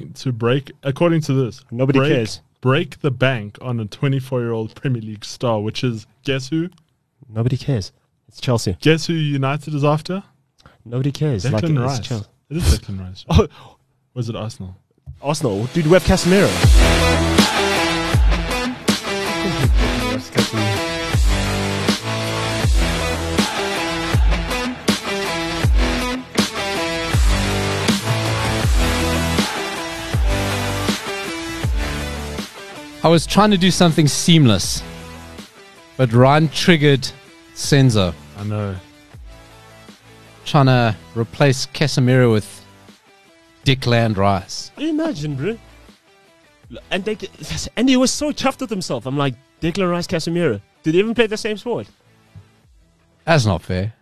to break, according to this, Nobody break, cares. Break the bank on a 24 year old Premier League star, which is guess who? Nobody cares. It's Chelsea. Guess who United is after? Nobody cares. Like, Declan it's Rice. Chelsea. It is Declan Rice. right? Oh, Was it Arsenal? Arsenal, dude, we have Casemiro. I was trying to do something seamless, but Ryan triggered Senzo, I know. trying to replace Casemiro with Dickland Rice. Imagine, bro. And they and he was so chuffed with himself. I'm like, Declan Rice, Casemiro. Did they even play the same sport? That's not fair.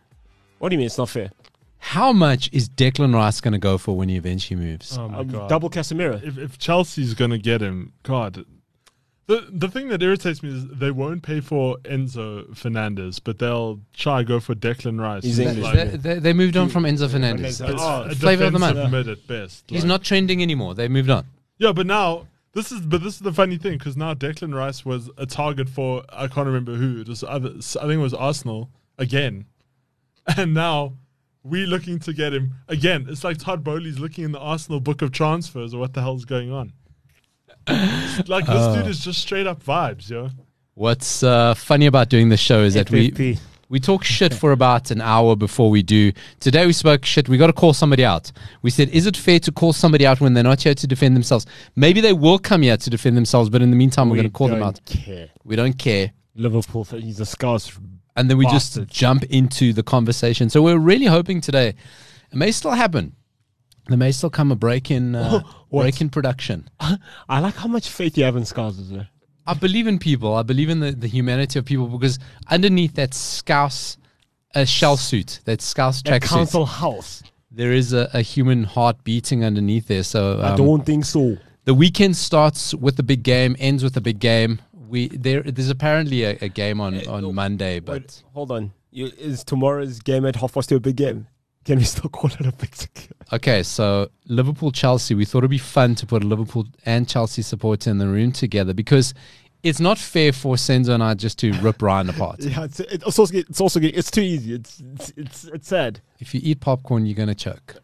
What do you mean it's not fair? How much is Declan Rice going to go for when he eventually moves? Oh my Um, god. double Casemiro. if, if Chelsea's gonna get him, God. The the thing that irritates me is they won't pay for Enzo Fernandez, but they'll try go for Declan Rice. He's It's English, like- they, they- they moved on from Enzo Fernandez. Fernandes. it's Oh, a flavor of the defensive month. mid at best. He's like- not trending anymore. They moved on. Yeah, but now this is but this is the funny thing because now Declan Rice was a target for I can't remember who. It was other, I think it was Arsenal again, and now we looking to get him again. It's like Todd Bowley's looking in the Arsenal book of transfers or what the hell's going on. like this dude is just straight up vibes, yo. What's uh, funny about doing this show is that we FFP. we talk shit for about an hour before we do. Today we spoke shit. We got to call somebody out. We said, is it fair to call somebody out when they're not here to defend themselves? Maybe they will come here to defend themselves, but in the meantime, we're We going to call them don't out. Care. We don't care. Liverpool, he's a scouse. and then we just Bastards. jump into the conversation. So we're really hoping today it may still happen. There may still come a break in uh, What? break in production. I like how much faith you have in scars, bro. I believe in people. I believe in the, the humanity of people because underneath that scouse uh, shell suit, that scouse At tracksuit, Council House. there is a, a human heart beating underneath there. So I um, don't think so. the weekend starts with the big game, ends with the big game. We there there's apparently a, a game on, on no, Monday, but Wait, hold on. You, is tomorrow's game at half past two a big game? Can we still call it a big game? Okay, so Liverpool Chelsea, we thought it'd be fun to put a Liverpool and Chelsea supporter in the room together because it's not fair for Senzo and I just to rip Ryan apart. Yeah, it's, it's also it's also it's too easy. It's it's it's, it's sad. If you eat popcorn, you're gonna choke.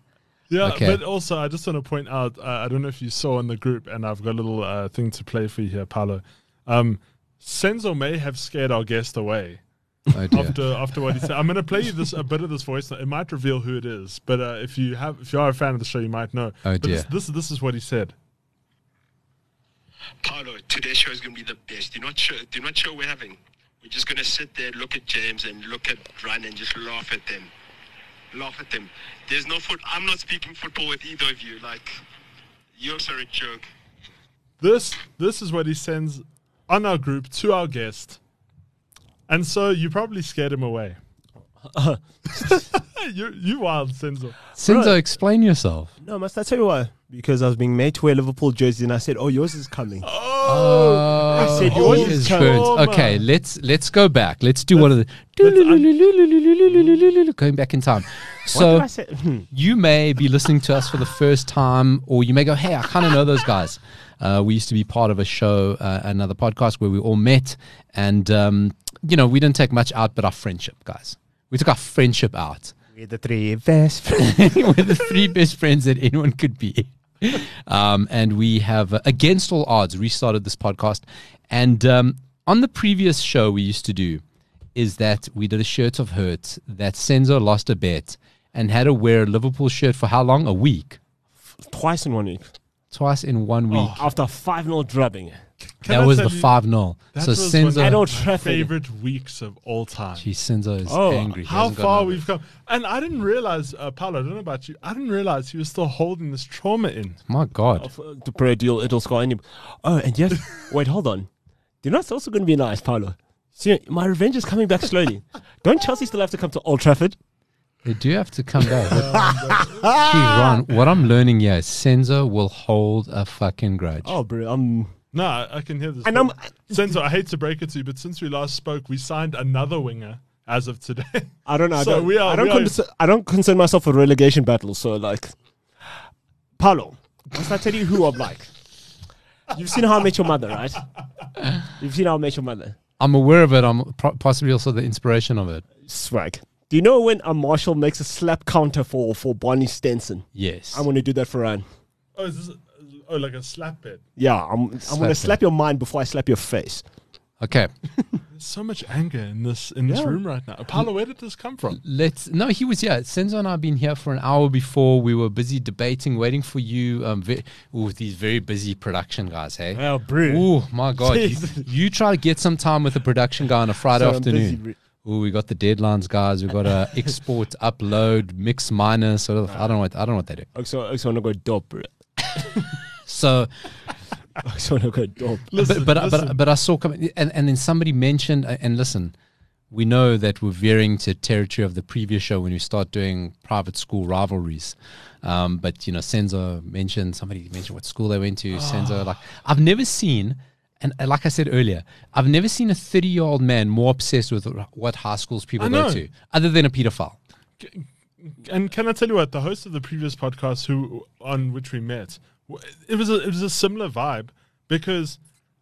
Yeah, Okay. but also I just want to point out. Uh, I don't know if you saw in the group, and I've got a little uh, thing to play for you here, Paolo. Um, Senzo may have scared our guest away. Oh dear. after after what he said. I'm going to play you this a bit of this voice. note. It might reveal who it is, but uh, if you have if you are a fan of the show, you might know. Oh, but This, dear. this this is what he said. Paolo, today's show is going to be the best. You're not sure. You're not sure we're having. We're just going to sit there, look at James and look at Ryan and just laugh at them. Laugh at them. There's no foot. I'm not speaking football with either of you. Like, you're sorry, joke. This this is what he sends on our group to our guest, and so you probably scared him away. you you wild Senzo. Senzo, explain yourself. No, must I tell you why? Because I was being made to wear Liverpool jersey, and I said, "Oh, yours is coming." Oh, said he yours is is burnt. trauma. Okay, let's let's go back. Let's do one of the going back in time. So I said, hmm. you may be listening to us for the first time, or you may go, "Hey, I kind of know those guys." Uh, we used to be part of a show, uh, another podcast where we all met, and um, you know, we didn't take much out, but our friendship, guys, we took our friendship out. "We're the three best friends." We're the three best friends that anyone could be, um, and we have, uh, against all odds, restarted this podcast. And um, on the previous show, we used to do is that we did a shirt of hurt that Senzo lost a bet and had to wear a Liverpool shirt for how long? A week. Twice in one week twice in one week. Oh. after five 0 drubbing. Oh, Can that I was tell the you, five 0 That So was one of Senzo, Adult my traffic. favorite weeks of all time. geez, Senzo is Oh, angry. He How hasn't gotten far over we've it. come, and I didn't realize, uh, Paolo. I don't know about you. I didn't realize he was still holding this trauma in. My God, Of, uh, the prayer deal, it'll score any. Oh, and yes, wait, hold on. You know it's also going to be nice, Paolo. See, my revenge is coming back slowly. Don't Chelsea still have to come to Old Trafford? they do have to come back. Gee, Ron, what I'm learning here is Senzo will hold a fucking grudge. Oh, bro, I'm. No, I, I can hear this. And I'm- Senzo, I hate to break it to you, but since we last spoke, we signed another winger as of today. I don't know. So I don't, we are- I don't. we are- concer- I don't concern myself with relegation battles. So like, Paolo, Must I tell you who I'm like? You've seen How I Met Your Mother, right? You've seen How I Met Your Mother. I'm aware of it. I'm pro- possibly also the inspiration of it. Swag. Do you know when a Marshall makes a slap counter for, for Barney Stenson? Yes. I'm going to do that for Ryan. Oh, is this, oh, like a slap bed. Yeah, I'm, I'm going him. to slap your mind before I slap your face. okay. There's so much anger in this in this Yeah. room right now. Paolo, where did this come from? Let's. No, he was here. Senzo and I have been here for an hour before. We were busy debating, waiting for you. Um, ve- ooh, these very busy production guys, hey? Oh, bro. Oh, my God. you, Jesus. you try to get some time with a production guy on a Friday Sorry, I'm busy, afternoon. Ooh, we got the deadlines, guys. We've got to export, upload, mix, minus. Sort of, I don't know what I don't know what they do. Also, also want to go dope, bro. Oh, So Also want to go dope. Listen, but but, listen. but but I saw coming, and and then somebody mentioned, uh, and listen, we know that we're veering to territory of the previous show when we start doing private school rivalries. Um, but you know, Senzo mentioned somebody mentioned what school they went to. Senzo, like I've never seen. And uh, like I said earlier, I've never seen a 30 year old man more obsessed with what high schools people I go know. to, other than a pedophile. and can I tell you what? The host of the previous podcast, who on which we met, w- it was a it was a similar vibe because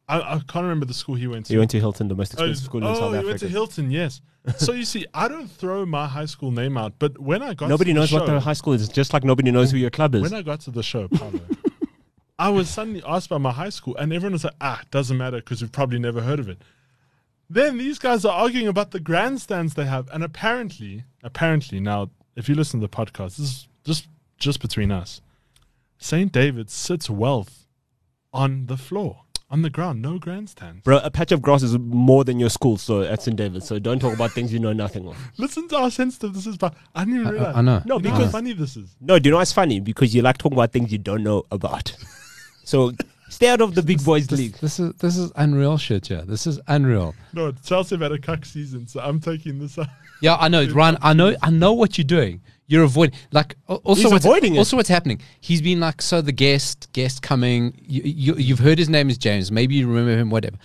I, I can't remember the school he went to. You went to Hilton, the most oh, expensive school in South you Africa. went to Hilton, yes. so you see, I don't throw my high school name out, but when I got Nobody to the knows show, what the high school is, just like nobody knows who your club is. When I got to the show, Paolo, I was suddenly asked by my high school, and everyone was like, ah, doesn't matter because we've probably never heard of it. Then these guys are arguing about the grandstands they have, and apparently, apparently, now if you listen to the podcast, this is just just between us. Saint David sits wealth on the floor, on the ground, no grandstands. Bro, a patch of grass is more than your school, so at St. David. So don't talk about things you know nothing of. Listen to how sensitive this is, but I didn't even I- realize. I know. No, You how because- funny this is. No, do you know what's funny? Because you like talking about things you don't know about. So stay out of the big boys This, league. this is this is unreal shit, yeah. This is unreal. No, Chelsea have had a cuck season, so I'm taking this out. Yeah, I know, Ryan. I know. I know what you're doing. You're avoiding. Like al- also, He's what's, avoiding it. Also, what's happening? He's been like, so the guest, guest coming. You, you, you've heard his name is James. Maybe you remember him. Whatever.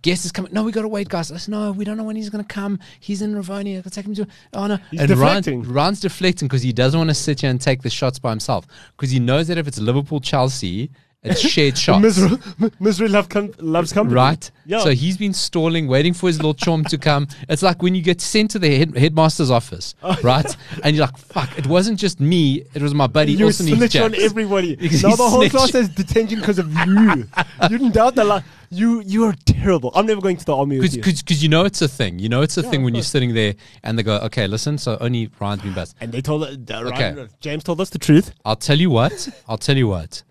Guest is coming. No, we gotta wait, guys. Let's no, we don't know when he's gonna come. He's in Ravonia. Let's take him to. Oh no, He's and deflecting. Ryan, Ryan's deflecting because he doesn't want to sit here and take the shots by himself because he knows that if it's Liverpool Chelsea, it's shared shots. Misery, misery love com- loves company. Right. Yeah. So he's been stalling, waiting for his little chom to come. It's like when you get sent to the head, headmaster's office, Oh, right? And you're like, fuck, it wasn't just me, it was my buddy you also needs snitch on jabs." everybody. Because Now he the whole snitched. class has detention because of you. you didn't doubt the lie. You you are terrible. I'm never going to the army with you. Because you know it's a thing. You know it's a thing of when you're course. sitting there and they go, okay, listen, so only Ryan's been buzzed. and they told uh, the- Okay. Ryan- James told us the truth. I'll tell you what. I'll tell you what.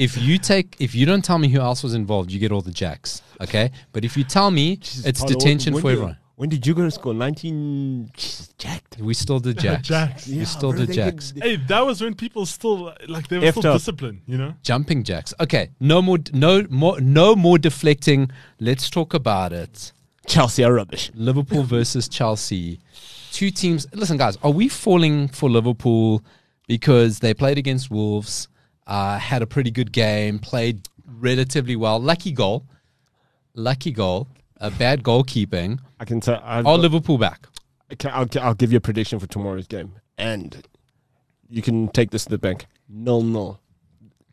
If you take, if you don't tell me who else was involved, you get all the jacks. Okay. But if you tell me, it's Paolo, detention when for you- everyone. When did you go to school? 19 Jesus, jacked. We still did jacks. Jacks. We Yeah, still bro, did they get- jacks. Hey, that was when people still like they were Effed still up. disciplined, you know. Jumping jacks. Okay, no more, no more, no more deflecting. Let's talk about it. Chelsea are rubbish. Liverpool versus Chelsea. Two teams. Listen, guys, are we falling for Liverpool because they played against Wolves, uh, had a pretty good game, played relatively well. Lucky goal, lucky goal. A bad goalkeeping. I can tell. I've Are got- Liverpool back? Okay, I'll, I'll give you a prediction for tomorrow's game, and you can take this to the bank. Nil nil.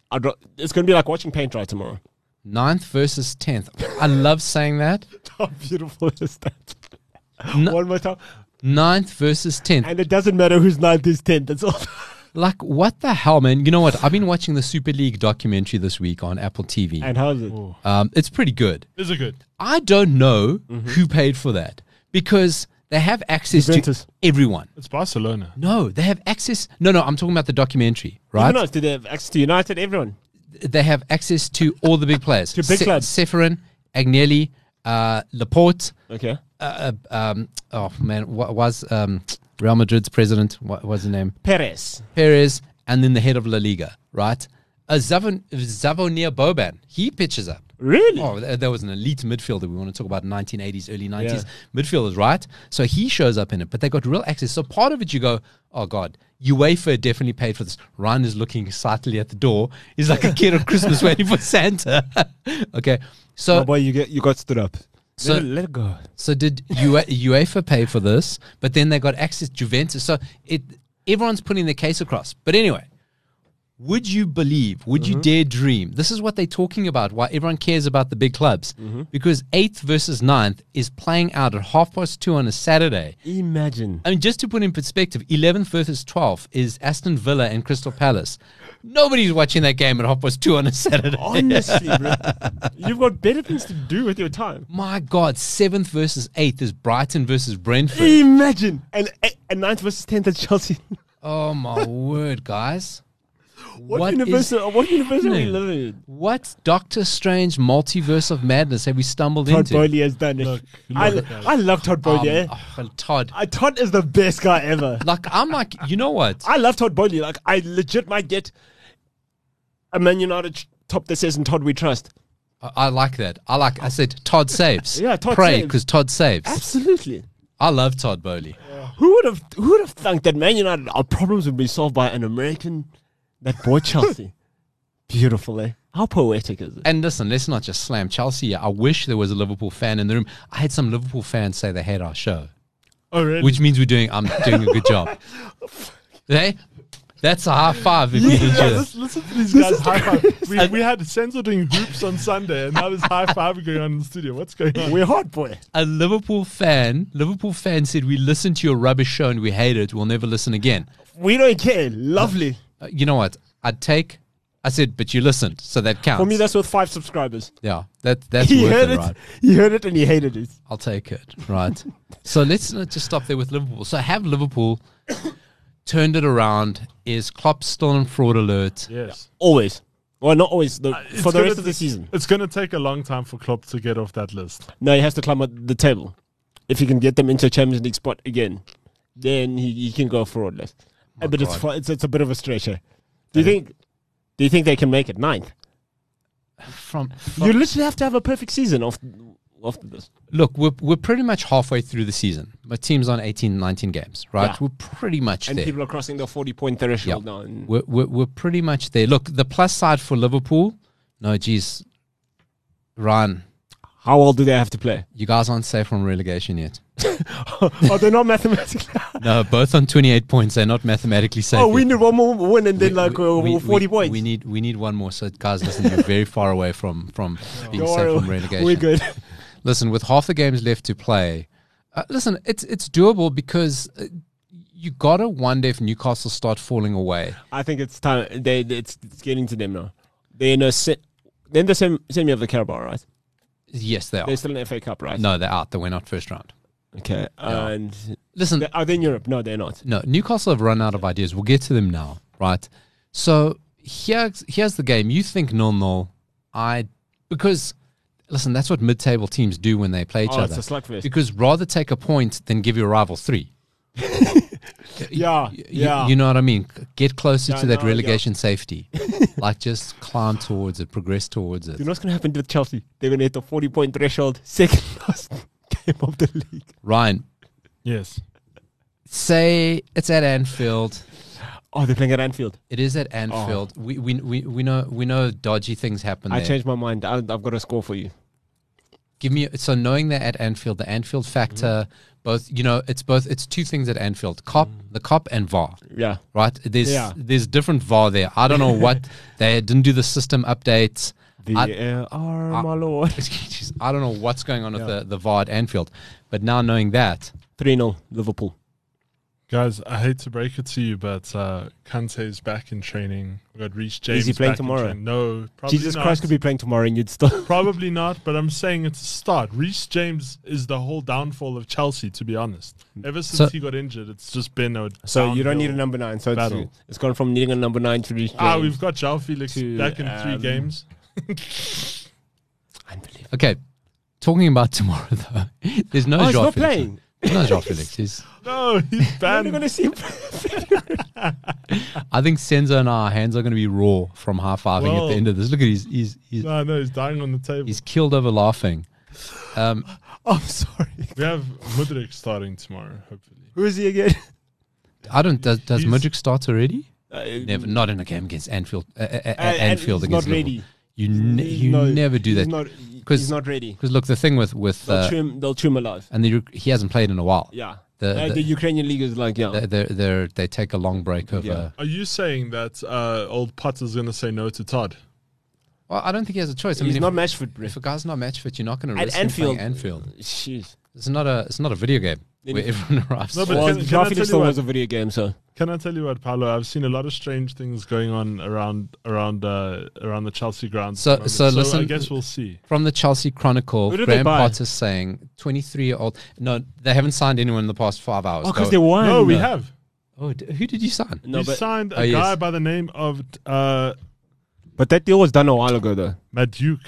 I'd, ro- it's going to be like watching paint dry tomorrow. Ninth versus tenth. I love saying that. How beautiful is that? No. One more time, Ninth versus tenth. and it doesn't matter who's ninth is tenth. That's all. Like what the hell, man? You know what? I've been watching the Super League documentary this week on Apple TV. and how's it? Um, it's pretty good. Is it good? I don't know Mm-hmm. who paid for that because they have access Juventus. to everyone. It's Barcelona. No, they have access. No, no, I'm talking about the documentary, right? Even us, do they have access to United? Everyone. They have access to all the big players. To big clubs. Seferin, Agnelli, uh, Laporte. Okay. Uh, uh, um, oh man, what was um, Real Madrid's president? What was the name? Perez. Perez, and then the head of La Liga, right? Uh, Zavon, Zavonir Boban, he pitches up. Really? Oh, th- there was an elite midfielder. We want to talk about 1980s, early 90s Yeah. midfielders, right? So he shows up in it, but they got real access. So part of it, you go, oh God, UEFA definitely paid for this. Ryan is looking excitedly at the door. He's like a kid at Christmas waiting for Santa. okay, so Oh, boy, you get you got stood up. So- let, it- let it go. so did Ue- UEFA pay for this? But then they got access to Juventus. So it everyone's putting their case across. But anyway, Would you believe? Would you dare dream? This is what they're talking about. Why everyone cares about the big clubs because eighth versus ninth is playing out at half past two on a Saturday. Imagine. I mean, just to put in perspective, 11th versus 12th is Aston Villa and Crystal Palace. Nobody's watching that game at half past two on a Saturday. Oh. Honestly, bro. You've got better things to do with your time. My God, 7th versus 8th is Brighton versus Brentford. Imagine. And, and 9th versus 10th at Chelsea. Oh, my word, guys. What, Hmm. What is universe, what universe are we happening? living in? What Doctor Strange multiverse of madness have we stumbled Todd into? Bowley has done it. Look, I, look, I love Todd Um, Bowley. eh? oh, Todd. I, Todd is the best guy ever. Like, I'm like, you know what? I love Todd Bowley. Like I legit might get a Man United ch- top that says "In Todd We Trust." I, I like that. I like, I said, Todd saves. Yeah, Todd Pray, saves. because Todd saves. Absolutely. I love Todd Bowley. Who would have Who would have thunk that Man United our problems would be solved by an American that bought Chelsea? Beautiful, eh? How poetic is it? And listen, let's not just slam Chelsea. here. I wish there was a Liverpool fan in the room. I had some Liverpool fans say they hate our show, Oh, really? which means we're doing. I'm doing a good job. Hey, that's a high five if you did Yeah, this. listen, listen to these guys high five. We, we had Senzo doing hoops on Sunday, and now there's high five going on in the studio. What's going on? We're hard boy. A Liverpool fan, Liverpool fan said, "We listened to your rubbish show and we hate it. We'll never listen again." We don't care. Lovely. Uh, you know what? I'd take. I said, but you listened, so that counts. For me, that's with five subscribers. yeah, that that's He worth heard it, it. right? He heard it and he hated it. I'll take it. Right. so let's not just stop there with Liverpool. So have Liverpool turned it around? Is Klopp still on fraud alert? Yes. Always. Well, not always. The, for the rest of the season. It's going to take a long time for Klopp to get off that list. No, he has to climb up the table. If he can get them into a Champions League spot again, then he, he can go forward list. Uh, but it's, God. fu- it's it's a bit of a stretch. eh? Do you think? Do you think they can make it ninth? From, You literally have to have a perfect season off after this. look, we're we're pretty much halfway through the season. My team's on 18, 19 games, right? Yeah. We're pretty much And there. people are crossing the forty point threshold now. And We're, we're we're pretty much there. Look, the plus side for Liverpool. No, geez, Ryan, how well do they have to play? you guys aren't safe from relegation yet. are they Oh, not mathematically? No, both on 28 points. They're not mathematically safe. oh, yet. we need one more win and then like uh, we- forty we, points. We need we need one more. So guys, listen, you're very far away from from being Don't safe worry, from relegation. We're good. Listen, with half the games left to play, uh, listen, it's it's doable because uh, you gotta wonder if Newcastle start falling away. I think it's time. They it's, it's getting to them now. They're in a se- they're in the same semi of the Carabao, right? Yes, they are. They're still in FA Cup, right? no, they're out. They went out first round. Okay. And Listen, they- are they in Europe? No, they're not. no, Newcastle have run out of ideas. We'll get to them now, right? So here's here's the game. You think nil nil? I because listen, that's what mid table teams do when they play each Oh, other. it's a slugfest. Because rather take a point than give your rival three. Yeah, You- yeah. You know what I mean? C- Get closer Yeah, to that no, yeah. relegation safety. like just climb towards it, progress towards it. You know what's going to happen with Chelsea? They're going to hit the 40 point threshold, second last game of the league. Ryan, Yes. say it's at Anfield. Oh, they're playing at Anfield. It is Oh. at Anfield. We, we we we know we know dodgy things happen I there. changed my mind. I, I've got a score for you. Give me so knowing that at Anfield, the Anfield factor, Mm-hmm. both you know, it's both it's two things at Anfield. Cop, the cop and VAR. Yeah. right? There's Mm. Yeah. there's different VAR there. I don't know what they didn't do the system updates. I- VAR, I- my lord. Jeez, I don't know what's going on with the, the VAR at Anfield, but now knowing that, 3 0, Liverpool. Guys, I hate to break it to you, but uh, Kante's back in training. We've got Reece James. he playing back in tomorrow? training. No, probably Jesus not. Christ could be playing tomorrow and you'd still. Probably not, but I'm saying it's a start. Reece James is the whole downfall of Chelsea, to be honest. Ever since So- he got injured, it's just been a. So you don't need a downhill. number nine. So it's, Battle. it's gone from needing a number nine to reach. Ah, we've got Jao Felix To, back in three um, games. Unbelievable. okay. Talking about tomorrow though, there's no Oh, he's Joao not Felix. playing. There's no Joao Felix. He's- No, he's We're only banned. going to see him. I think Senzo and our hands are going to be raw from high fiving at Well- the end of this. Look at he's he's he's, no, no, he's dying on the table. he's killed over laughing. Um, I'm sorry. We have Mudrik starting tomorrow, hopefully. Who is he again? I don't. Does, does He's- Mudrik start already? Uh, Never. Not in a game against Anfield. Uh, uh, uh, Uh, and Anfield he's against not Liverpool. ready. You ne- you No, never do he's that Not, because he's not ready. Because look, the thing with with They'll, uh, chew him, they'll chew him alive. and the, he hasn't played in a while. Yeah. The, Uh, the- the Ukrainian league is like, yeah. they they're, they're, they take a long break over. Yeah. Are you saying that uh, old Potter's going to say no to Todd? Well, I don't think he has a choice. I he's mean, not if, match fit, bro. if a guy's not match fit, you're not going to At risk Anfield. Anfield. Him playing Anfield. Jeez. It's not a it's not a video game Then where you- everyone arrives. No, but Well, can- can I Graphic tell still you was a video game, so. Oh, Can I tell you what, Paolo? I've seen a lot of strange things going on around around uh, around the Chelsea grounds. So- at the moment. so listen- I guess we'll see. From the Chelsea Chronicle, Who did they Graham buy? Potter's saying 23 year old. No, they haven't signed anyone in the past five hours. Oh, because Go- they won. No, we have. Oh, d- who did you sign? No, we but, signed a Oh, yes. guy by the name of uh, but that deal was done a while ago, though. Maduke.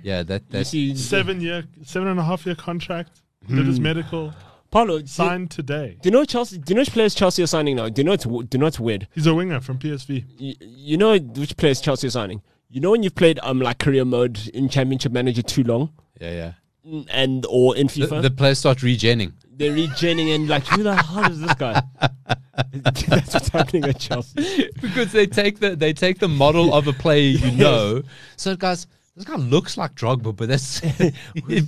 Yeah, that You that see, Seven year, seven and a half year contract. Did Hmm. his medical. Paulo, do, Signed today. do you know Chelsea? Do you know which players Chelsea are signing now? Do you know it's, w- do you know it's weird? He's a winger from PSV. you, you know which players Chelsea are signing. You know when you've played um like career mode in Championship Manager too long yeah yeah. mm, and or in The, FIFA, the players start regening. they're regening and like who the hell is this guy? That's what's happening at Chelsea. because they take the they take the model of a player you know. So guys, this guy looks like Drogba, but that's but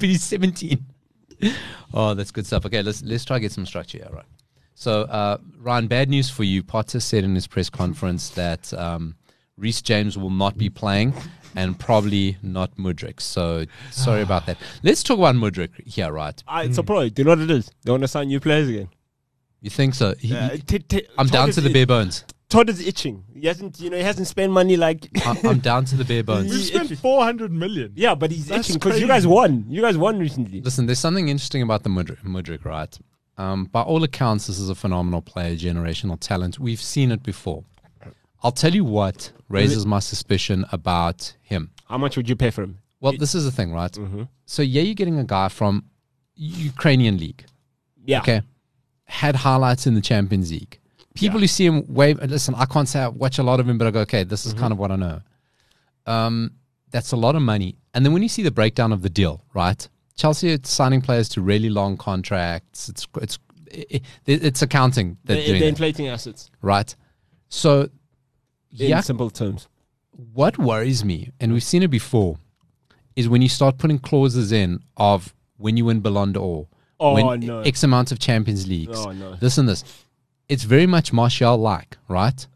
he's seventeen. Oh, that's good stuff. Okay, let's let's try to get some structure here. Right. So uh, Ryan, bad news for you. Potter said in his press conference that um, Reese James will not be playing, and probably not Mudrick. So sorry about that. Let's talk about Mudrick here, right? Ah, it's a pro. Do you know what it is? They want to sign new players again. You think so? He- Uh, he- t- t- I'm Todd down is to the it- bare bones. Todd is itching. He hasn't, you know, he hasn't spent money like. I, I'm down to the bare bones. We've spent 400 million. Yeah, but he's That's itching because you crazy. guys won. You guys won recently. Listen, there's something interesting about the Mudrick, Mudrick right? Um, by all accounts, this is a phenomenal player, generational talent. We've seen it before. I'll tell you what raises my suspicion about him. How much would you pay for him? Well, this is the thing, right? So, yeah, you're getting a guy from Ukrainian league, Yeah. okay? Had highlights in the Champions League. People who see him wave, listen, I can't say I watch a lot of him, but I go, okay, this is kind of what I know. Um, that's a lot of money. And then when you see the breakdown of the deal, right? Chelsea are signing players to really long contracts. It's it's it, it- it's accounting that They, doing they're it, inflating assets right? So in yeah, simple terms. what worries me, and we've seen it before, is when you start putting clauses in of when you win Ballon d'Or, Oh, when no. X amount of Champions Leagues, Oh, no. this and this. It's very much Martial like, right?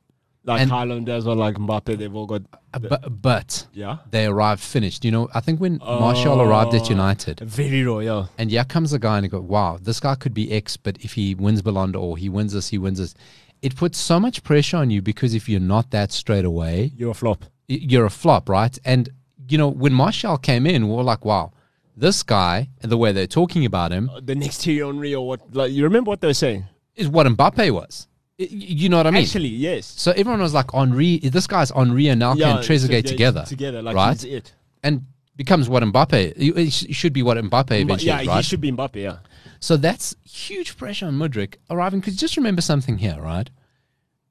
Like And- Uh, Haaland as well, like Mbappe, they've all got. But but Yeah. they arrived finished. You know, I think when Martial arrived Oh. at United, Very raw, yeah. And yeah, comes a guy and you go, wow, this guy could be X, but if he wins Ballon d'Or, he wins this, he wins this. It puts so much pressure on you because if you're not that straight away, You're a flop. y- you're a flop, right? And, you know, when Martial came in, we were like, wow, this guy, and the way they're talking about him, The next Thierry Henry or what? Like, you remember what they were saying? is what Mbappe was. Y- y- You know what I mean? Actually, yes. so everyone was like, Henri, this guy's Henri, Anelka, and Trezeguet together. Together, like right? he's it. And becomes what Mbappe, it- it sh- should be what Mbappe But eventually yeah, is, right? he should be Mbappe. Yeah. So that's huge pressure on Mudrick arriving. Because just remember something here, right?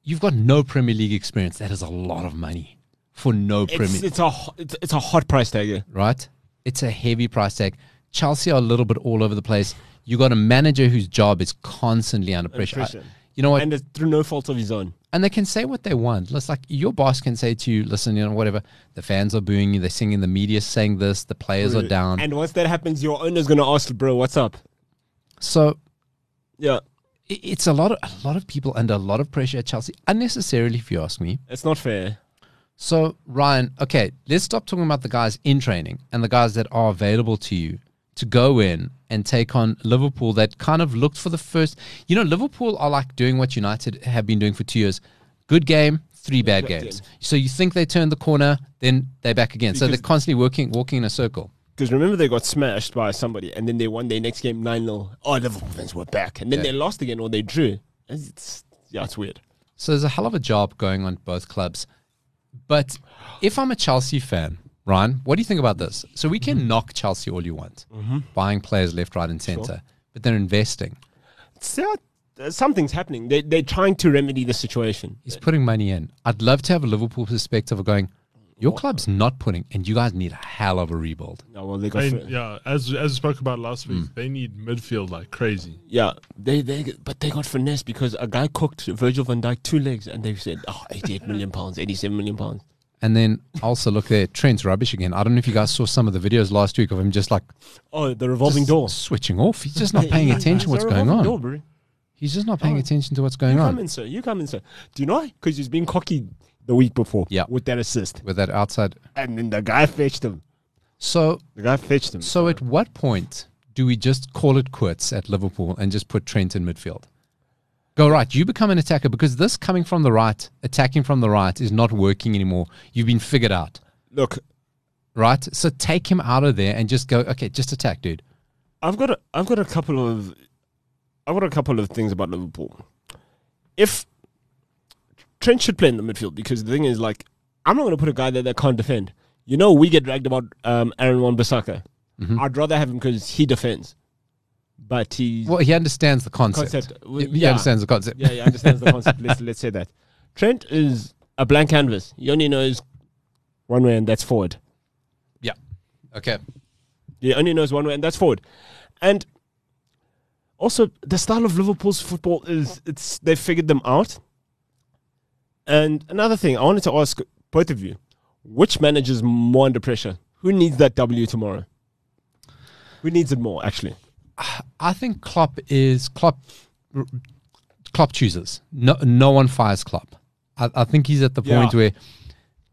You've got no Premier League experience. That is a lot of money for no Premier, It's, it's a ho- it's, it's a hot price tag. Yeah. right? It's a heavy price tag. Chelsea are a little bit all over the place. You got a manager whose job is constantly under pressure. I- pressure. you know what? And it's through no fault of his own. and they can say what they want. It's like your boss can say to you, "Listen, you know, whatever. The fans are booing you. They're singing. The media's saying this. The players are down." And once that happens, your owner's gonna ask, bro, what's up? so Yeah. i- it's a lot of a lot of people under a lot of pressure at Chelsea unnecessarily, if you ask me. It's not fair. So, Ryan, okay, let's stop talking about the guys in training and the guys that are available to you to go in and take on Liverpool that kind of looked for the first. You know, Liverpool are like doing what United have been doing for two years good game, three bad bad games. game. So, you think they turn the corner, then they're back again. so, they're Because- constantly working, walking in a circle. Because remember they got smashed by somebody, and then they won their next game nine 0 Oh, Liverpool fans were back, and then Yeah. they lost again or they drew. It's, it's- yeah, it's weird. So, there's a hell of a job going on at both clubs. But if I'm a Chelsea fan, Ryan, what do you think about this? So, we can knock Chelsea all you want, buying players left, right, and center, but they're investing. So, uh, something's happening. They, they're trying to remedy the situation. He's putting money in. I'd love to have a Liverpool perspective of going, your club's not putting, and you guys need a hell of a rebuild. No, well, they got I fir- mean, yeah, as as we spoke about last week, Hmm. they need midfield like crazy. yeah, they they but they got finesse because a guy cooked Virgil van Dijk two legs, and they said, oh, 88 million pounds, 87 million pounds. And then also look there, Trent's rubbish again. I don't know if you guys saw some of the videos last week of him just like Oh, the revolving just door. switching off. He's just not paying attention what's going on. He's just not paying Oh. attention to what's going You on come in, sir. You come in, sir. Do you know why? Because he's been cocky the week before Yeah. with that assist. with that outside. And then the guy fetched him. So, The guy fetched him. so at what point do we just call it quits at Liverpool and just put Trent in midfield? Go right. You become an attacker because this coming from the right, attacking from the right, is not working anymore. You've been figured out, Look, right? So take him out of there and just go. Okay, just attack, dude. I've got a, I've got a couple of I've got a couple of things about Liverpool. If Trent should play in the midfield because the thing is like I'm not going to put a guy there that can't defend. You know we get dragged about um, Aaron Wan-Bissaka. I'd rather have him because he defends, but he Well, he understands the concept. concept. He, w- he understands the concept. Yeah, he understands the concept. let's let's say that Trent is a blank canvas. He only knows one way, and that's forward. Yeah. Okay. He only knows one way, and that's forward. And also, the style of Liverpool's football is it's they figured them out. And another thing, I wanted to ask both of you, which manager's more under pressure? Who needs that W tomorrow? Who needs it more, actually? I think Klopp is Klopp. Klopp chooses. No, no one fires Klopp. I, I think he's at the Yeah. point where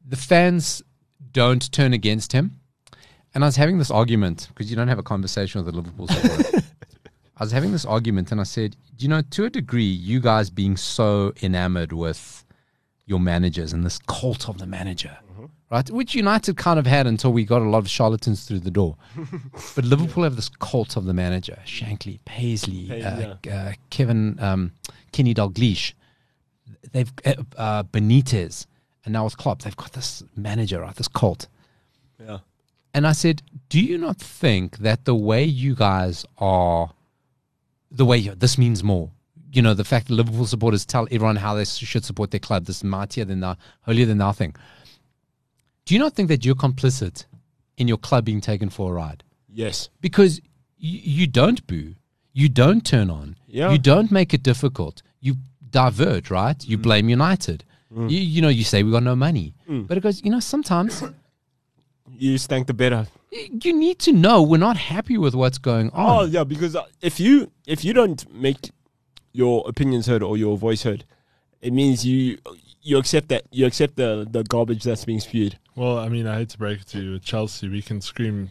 the fans don't turn against him. And I was having this argument because you don't have a conversation with a Liverpool supporter. I was having this argument, and I said, you know, to a degree, you guys being so enamored with your managers and this cult of the manager, right? Which United kind of had until we got a lot of charlatans through the door. but Liverpool have this cult of the manager: Shankly, Paisley, uh, uh, Kevin, um, Kenny Dalglish. They've uh, uh, Benitez, and now with Klopp, they've got this manager, right? This cult. Yeah. And I said, Do you not think that the way you guys are, the way you, this means more? You know, the fact that Liverpool supporters tell everyone how they s- should support their club, this mightier than thou, holier than thou thing. Do you not think that you're complicit in your club being taken for a ride? Yes. Because you, you don't boo, you don't turn on, Yeah. you don't make it difficult, you divert, right? Mm. You blame United. You, you know, you say we got no money. Mm. But it goes, you know, sometimes You stank the better. you need to know we're not happy with what's going Oh on. yeah, because uh, if you if you don't make your opinions heard or your voice heard, it means you you accept that you accept the the garbage that's being spewed. Well, I mean, I hate to break it to you. With Chelsea, we can scream,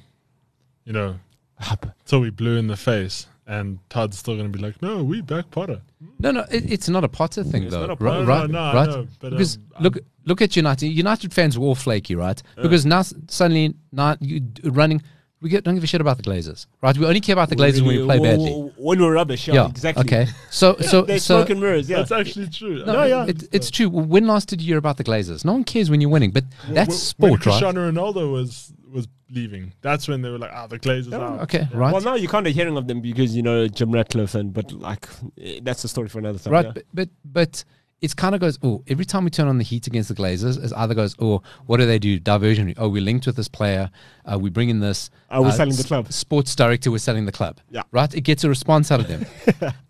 you know, till we blue in the face, and Todd's still going to be like, no, we back Potter. No, no, it, it's not a Potter thing though. not a Ri- Potter- right, no, no, I right. know, but, because um, look, look at United. United fans were all flaky, right? Because now s- suddenly, now you d- running, we get, don't give a shit about the Glazers, right? We only care about the Glazers when we play badly. When we're rubbish, yeah, Yeah, exactly. Okay, so so They're so. smoke and mirrors. Yeah, That's actually true. No, it, it's true. When last did you hear about the Glazers? No one cares when you're winning, but that's when sport, right? Cristiano Ronaldo was was leaving. That's when they were like, ah, the Glazers out. Okay, right. Well, now you're kind of hearing of them because you know Jim Ratcliffe, and but like eh, that's a story for another time. Right, yeah. but, but but it's kind of goes. Oh, every time we turn on the heat against the Glazers, it either goes. Oh, what do they do? Diversionary. Oh, we linked with this player. Uh, we bring in this. Oh, we're uh, selling the s- club. Sports director, we're selling the club. Yeah. Right. It gets a response out of them.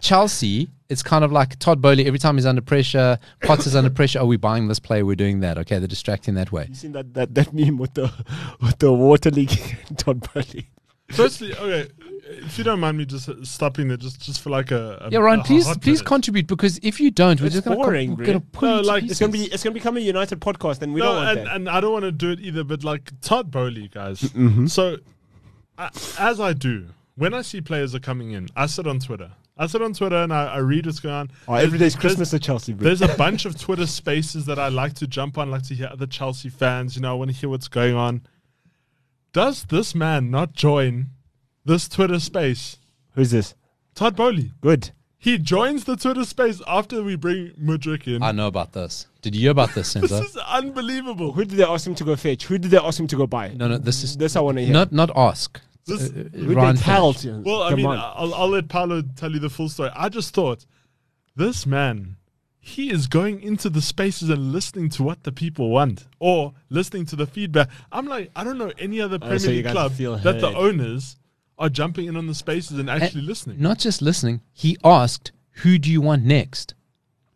Chelsea, it's kind of like Todd Bowley. Every time he's under pressure, Potts is under pressure. Oh, we're buying this player. We're doing that. Okay, they're distracting that way. You seen that, that that meme with the with the water leak, Todd Burley. Firstly, okay, if you don't mind me just uh, stopping there, just just for like a, a Yeah, a Ryan, please Oh, hot please minute. contribute because if you don't, we're It's just gonna co- boring, we're bro. gonna pull No, you to like, It's gonna be pieces. it's gonna become a United podcast, and we no, don't want and, that. and I don't want to do it either, but like Todd Bowley, guys. Mm-hmm. So, I, as I do, when I see players are coming in, I sit on Twitter. I sit on Twitter and I, I read what's going on. Oh, every day's There's- Christmas at Chelsea, bro. There's a bunch of Twitter spaces that I like to jump on, like to hear other Chelsea fans. You know, I want to hear what's going on. Does this man not join this Twitter space? Who's this? Todd Bowley. Good. He joins the Twitter space after we bring Mudrick in. I know about this. Did you hear about this, this Senzo? is unbelievable. Who did they ask him to go fetch? Who did they ask him to go buy? no, no, this is This I want to hear. not not ask. This- Uh, Who did Ryan they tell finished. to- Well, I Come mean, uh, on. I'll, I'll let Paolo tell you the full story. I just thought, this man, he is going into the spaces and listening to what the people want or listening to the feedback. I'm like, I don't know any other Premier Oh, so you League guys club feel that the heard. owners are jumping in on the spaces and actually And listening. Not just listening. He asked, "Who do you want next?"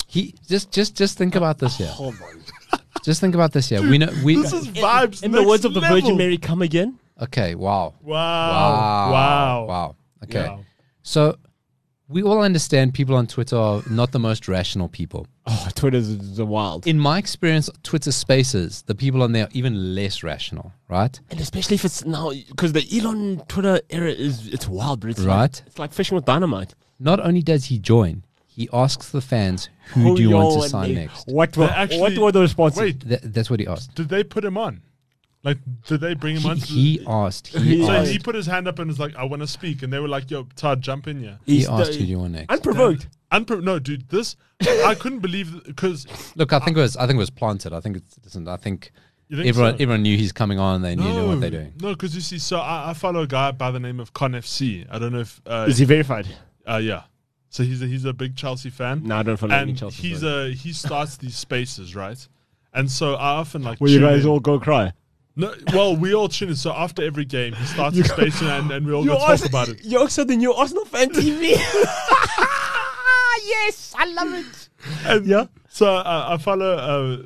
He just just just think about this here. Hold on. Just think about this here. We know we This is vibes. In the next words of the level. Virgin Mary, come again. okay. Wow. Wow. Wow. Wow. Okay. Wow. So we all understand people on Twitter are not the most rational people. Oh, Twitter's is a wild. In my experience, Twitter spaces, the people on there are even less rational, right? and especially if it's now because the Elon Twitter era is it's wild, but it's Right. Like, it's like fishing with dynamite. Not only does he join, he asks the fans, who, do you want to sign next? What were, They actually- what were the responses? Wait, Th- that's what he asked. did they put him on? Like, did they bring him He, on? to- he asked. He He- so asked. he put his hand up and was like, "I want to speak," and they were like, "Yo, Todd, jump in here." He He's asked the- who do you want next. Unprovoked. Unpro- no, dude, this I couldn't believe because Look, I think it was. I think it was planted. I think it's. Listen, I think, You think everyone so? everyone knew he's coming on. They knew no, what Oh. they're doing. No, because you see, so I, I follow a guy by the name of Con FC. I don't know if uh, Is he verified? uh yeah. So he's a, he's a big Chelsea fan. No, I don't follow any and Chelsea. he's fan. a he starts these spaces right, and so I often like Where you tune guys in. all go cry. No, well, we all tune in. So after every game, he starts a space and, and we all go You're talk also- about it. You're also the new Arsenal fan TV. yes, I love it. And Yeah. So uh, I follow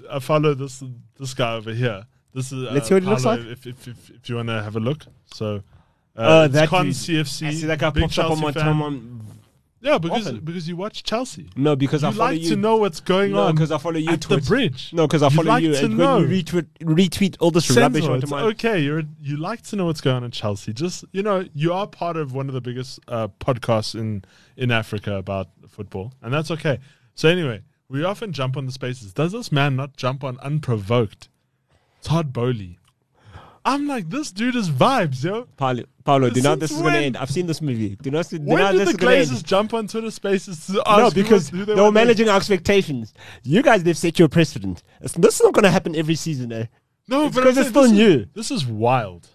uh, I follow this this guy over here. This is uh, Let's see what he looks Paolo, like. If if, if, if you want to have a look, so uh, Oh, it's that Con dude. CFC. I see that guy big pops up on Chelsea my fan. time on. Yeah, because often. because you watch Chelsea. No, because You I follow like you. to know what's going no, on because I follow you. at the Twit. bridge. No, because I You follow like you. to and know. when you retweet, retweet all this rubbish Senzo, onto it's my. okay. You're you like to know what's going on in Chelsea. Just you know, you are part of one of the biggest uh, podcasts in in Africa about football, and that's okay. So anyway, we often jump on the spaces. Does this man not jump on unprovoked? Todd Bowley. I'm like, this dude is vibes, yo. Paolo, Paolo, do you know how Since this is going to when? end? I've seen this movie. Do you know, do you know When how did this the is going to Glazers end? jump on Twitter Spaces to ask No, who because was- who they, were were managing our expectations. You guys, they've set your precedent. It's, this is not going to happen every season, eh? No, It's but I'm 'cause saying it's this still is- new. This is wild.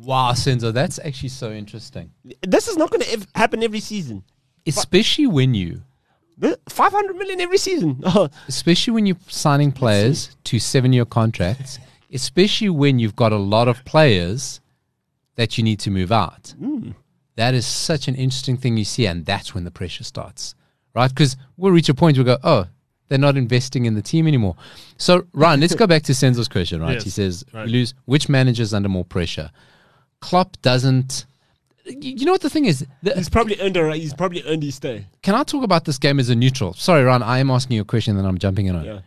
Wow, Senzo, that's actually so interesting. This is not going to ev- happen every season. Especially when you, Th- 500 million every season. Oh, especially when you're signing players to seven-year contracts. Especially when you've got a lot of players that you need to move out. Hmm. That is such an interesting thing you see, and that's when the pressure starts, right? Because we'll reach a point where we go, oh, they're not investing in the team anymore. So, Ryan, let's go back to Senzo's question, right? Yes, he says, right. lose which manager's under more pressure? Klopp doesn't. y- You know what the thing is? The- he's probably earned a, he's probably earned his stay. can I talk about this game as a neutral? Sorry, Ryan, I am asking you a question, then I'm jumping in on it. Yeah.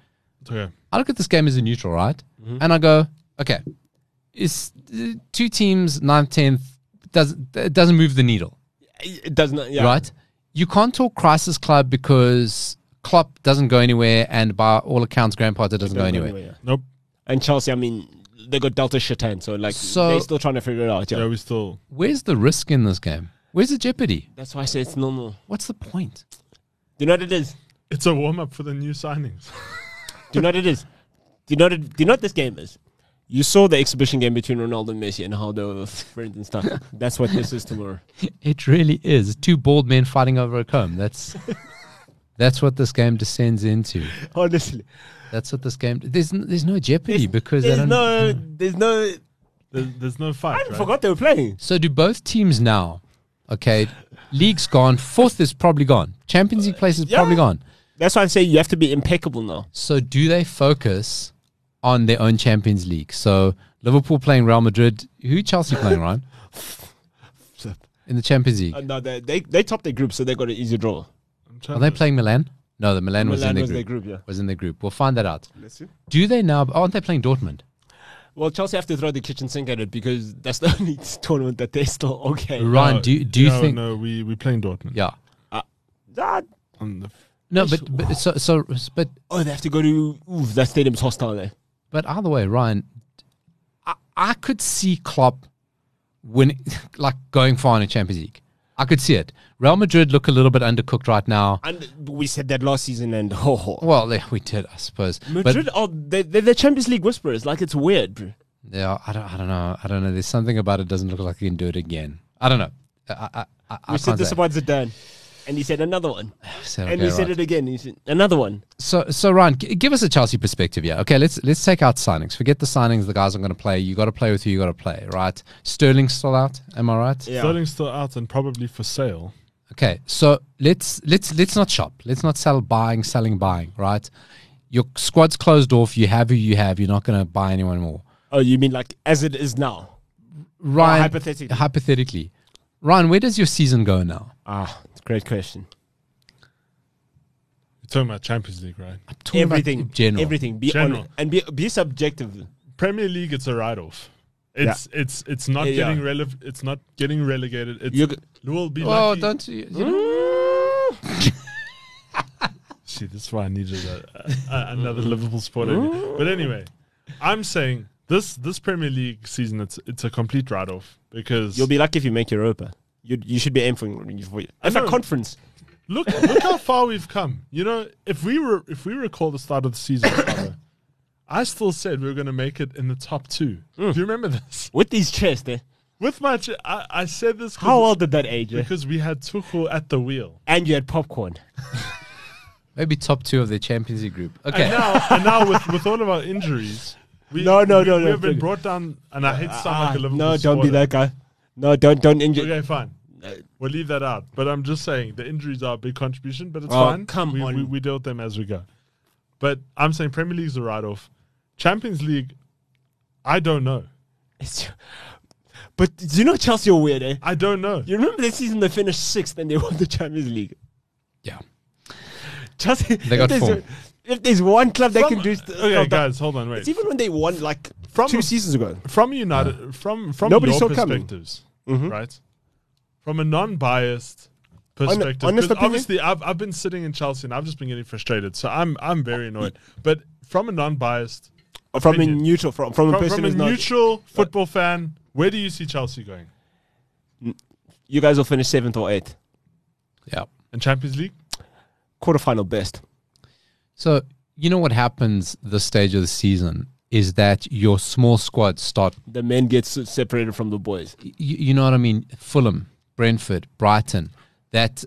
Okay. I look at this game as a neutral, right? And I go, okay, it's uh, two teams, ninth, tenth, doesn't it doesn't move the needle, It does not. Yeah. right? You can't talk crisis club because Klopp doesn't go anywhere, and by all accounts, Graham Potter doesn't, go Doesn't anywhere. yeah. Nope. And Chelsea, I mean, they got Delta shit hand, so like So- they're still trying to figure it out. Yeah. Yeah, we still. Where's the risk in this game? Where's the jeopardy? That's why I say it's normal. What's the point? Do you know what it is? It's a warm up for the new signings. Do you know what it is? Do you know what, it- do you know what this game is? You saw the exhibition game between Ronaldo and Messi and how they were friends and stuff. That's what this is tomorrow. It really is two bald men fighting over a comb. That's that's what this game descends into. Honestly, That's what this game. There's n- there's no jeopardy because they there's don't. no, there's no. There's, there's no fight. I right? forgot they were playing. So do both teams now? Okay, league's gone. Fourth is probably gone. Champions League place is Yeah. probably gone. That's why I say you have to be impeccable now. So do they focus on their own Champions League? So Liverpool playing Real Madrid. Who Chelsea playing, Ryan? In the Champions League, Uh, no, they, they they topped their group, so they got an easy draw. I'm are trying they to- playing Milan? No, the Milan, was Milan in their was group. their group, yeah. Was in their group. We'll find that out. Let's see. Do they now? Aren't they playing Dortmund? Well, Chelsea have to throw the kitchen sink at it because that's the only tournament that they're still okay. Ryan, No, do you- do you no, think? Oh, No, we we playing Dortmund. Yeah. Ah, On the No, but, but so so but oh, they have to go to. Oof, that stadium's hostile there. But either way, Ryan, I, I could see Klopp winning, like going far in the Champions League. I could see it. Real Madrid look a little bit undercooked right now. And we said that last season, and ho ho. Well, yeah, we did, I suppose. Madrid are they, they're the Champions League whisperers. Like it's weird, bro. But yeah, I don't, I don't know. I don't know. There's something about it doesn't look like he can do it again. I don't know. I, I, I, I We said can't this say. about Zidane, and he said another one, So, and okay, he said it right. again. He said another one. So, so Ryan, g- give us a Chelsea perspective. Yeah, okay. Let's let's take out signings. Forget the signings. The guys are going to play. You got to play with who you got to play. Right. Sterling's still out. Am I right? Sterling's still out and probably for sale. Okay, so let's let's let's not shop. Let's not sell buying, selling, buying. Right, your squad's closed off. You have who you have. You're not going to buy anyone more. Oh, you mean like as it is now? Ryan, hypothetically. hypothetically, Ryan, where does your season go now? Ah, Great question. You're talking about Champions League, right? I'm talking about Everything, in general. everything. Be General. on and be be subjective. Premier League, it's a write-off. It's it's it's not Yeah, yeah. getting rele- It's not getting relegated. It's You're g- we'll be Oh, lucky. don't you? you know? See, this is why I needed a, a, another Liverpool sport. anyway. But anyway, I'm saying this this Premier League season, it's it's a complete write-off because You'll be lucky if you make Europa. You you should be aiming for, for if a know. conference. look look how far we've come. You know, if we were if we recall the start of the season, Father, I still said we were going to make it in the top two. Do you remember this? with these chests, eh? With my, ch- I, I said this 'cause- How well did that age? eh? because we had Tuchel at the wheel. And you had popcorn. Maybe top two of the Champions League group. Okay. And now, and now with, with all of our injuries, we, No, no, we, no, we no, have been Freddy. brought down, and I hate to sound like a Ah, Liverpool no, don't be supporter. that guy. No, don't don't injure. Okay, fine. Uh, We'll leave that out. But I'm just saying the injuries are a big contribution, but it's Oh, fine. come we, on. We, we deal with them as we go. But I'm saying Premier League's a write off. Champions League, I don't know. It's- But do you know Chelsea are weird, eh? I don't know. You remember this season they finished sixth and they won the Champions League. Yeah. Chelsea. They got if form. there's, if there's one club that can do, s- okay, oh, guys, hold on. Wait. It's even when they won like From- two seasons ago. From United, from from Nobody your saw it coming. Mm-hmm. perspectives, right? From a non-biased Hon- perspective, honest 'cause opinion? obviously I've I've been sitting in Chelsea and I've just been getting frustrated, so I'm I'm very annoyed. But from a non-biased, From a Opinion. neutral, from, from, a from, person from a who's not. neutral football fan, where do you see Chelsea going? you guys will finish seventh or eighth. yeah. And Champions League? Quarterfinal best. So you know what happens this stage of the season is that your small squads start. The men get s- separated from the boys. You, you know what I mean? Fulham, Brentford, Brighton. That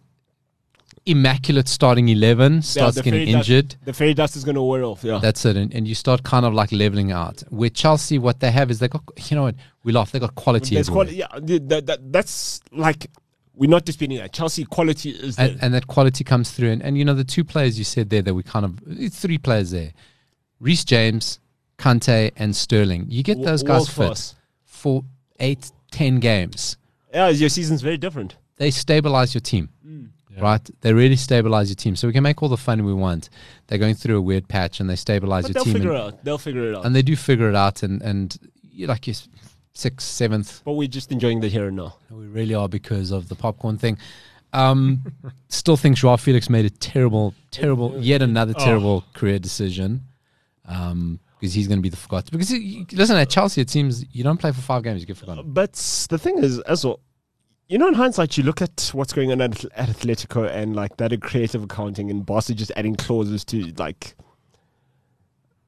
immaculate starting eleven starts the getting fairy dust- injured. The fairy dust is going to wear off. Yeah. That's it, and, and you start kind of like leveling out. Where Chelsea, what they have is they got you know what we laugh. They got quality. That's everywhere. quali- yeah, th- that, that, that's like we're not disputing that. Chelsea quality is there. and, and that quality comes through. And, and you know, the two players you said there that we kind of it's three players there: Reece James, Kante, and Sterling. You get W- those guys world class. fit for eight, ten games. yeah, your season's very different. They stabilize your team, Mm. right? They really stabilize your team. So we can make all the fun we want. They're going through a weird patch, and they stabilize But your they'll team, figure and, it out. They'll figure it out. and they do figure it out. And and you like you sixth, seventh, but we're just enjoying the here and now. We really are because of the popcorn thing. Um, still think Joao Felix made a terrible, terrible, yet another Oh. terrible career decision. Um, because he's going to be the forgotten. Because he, listen, at Chelsea, it seems you don't play for five games, you get forgotten. But the thing is, as well, you know, in hindsight, you look at what's going on at, at Atletico and like that creative accounting and Barca just adding clauses to like.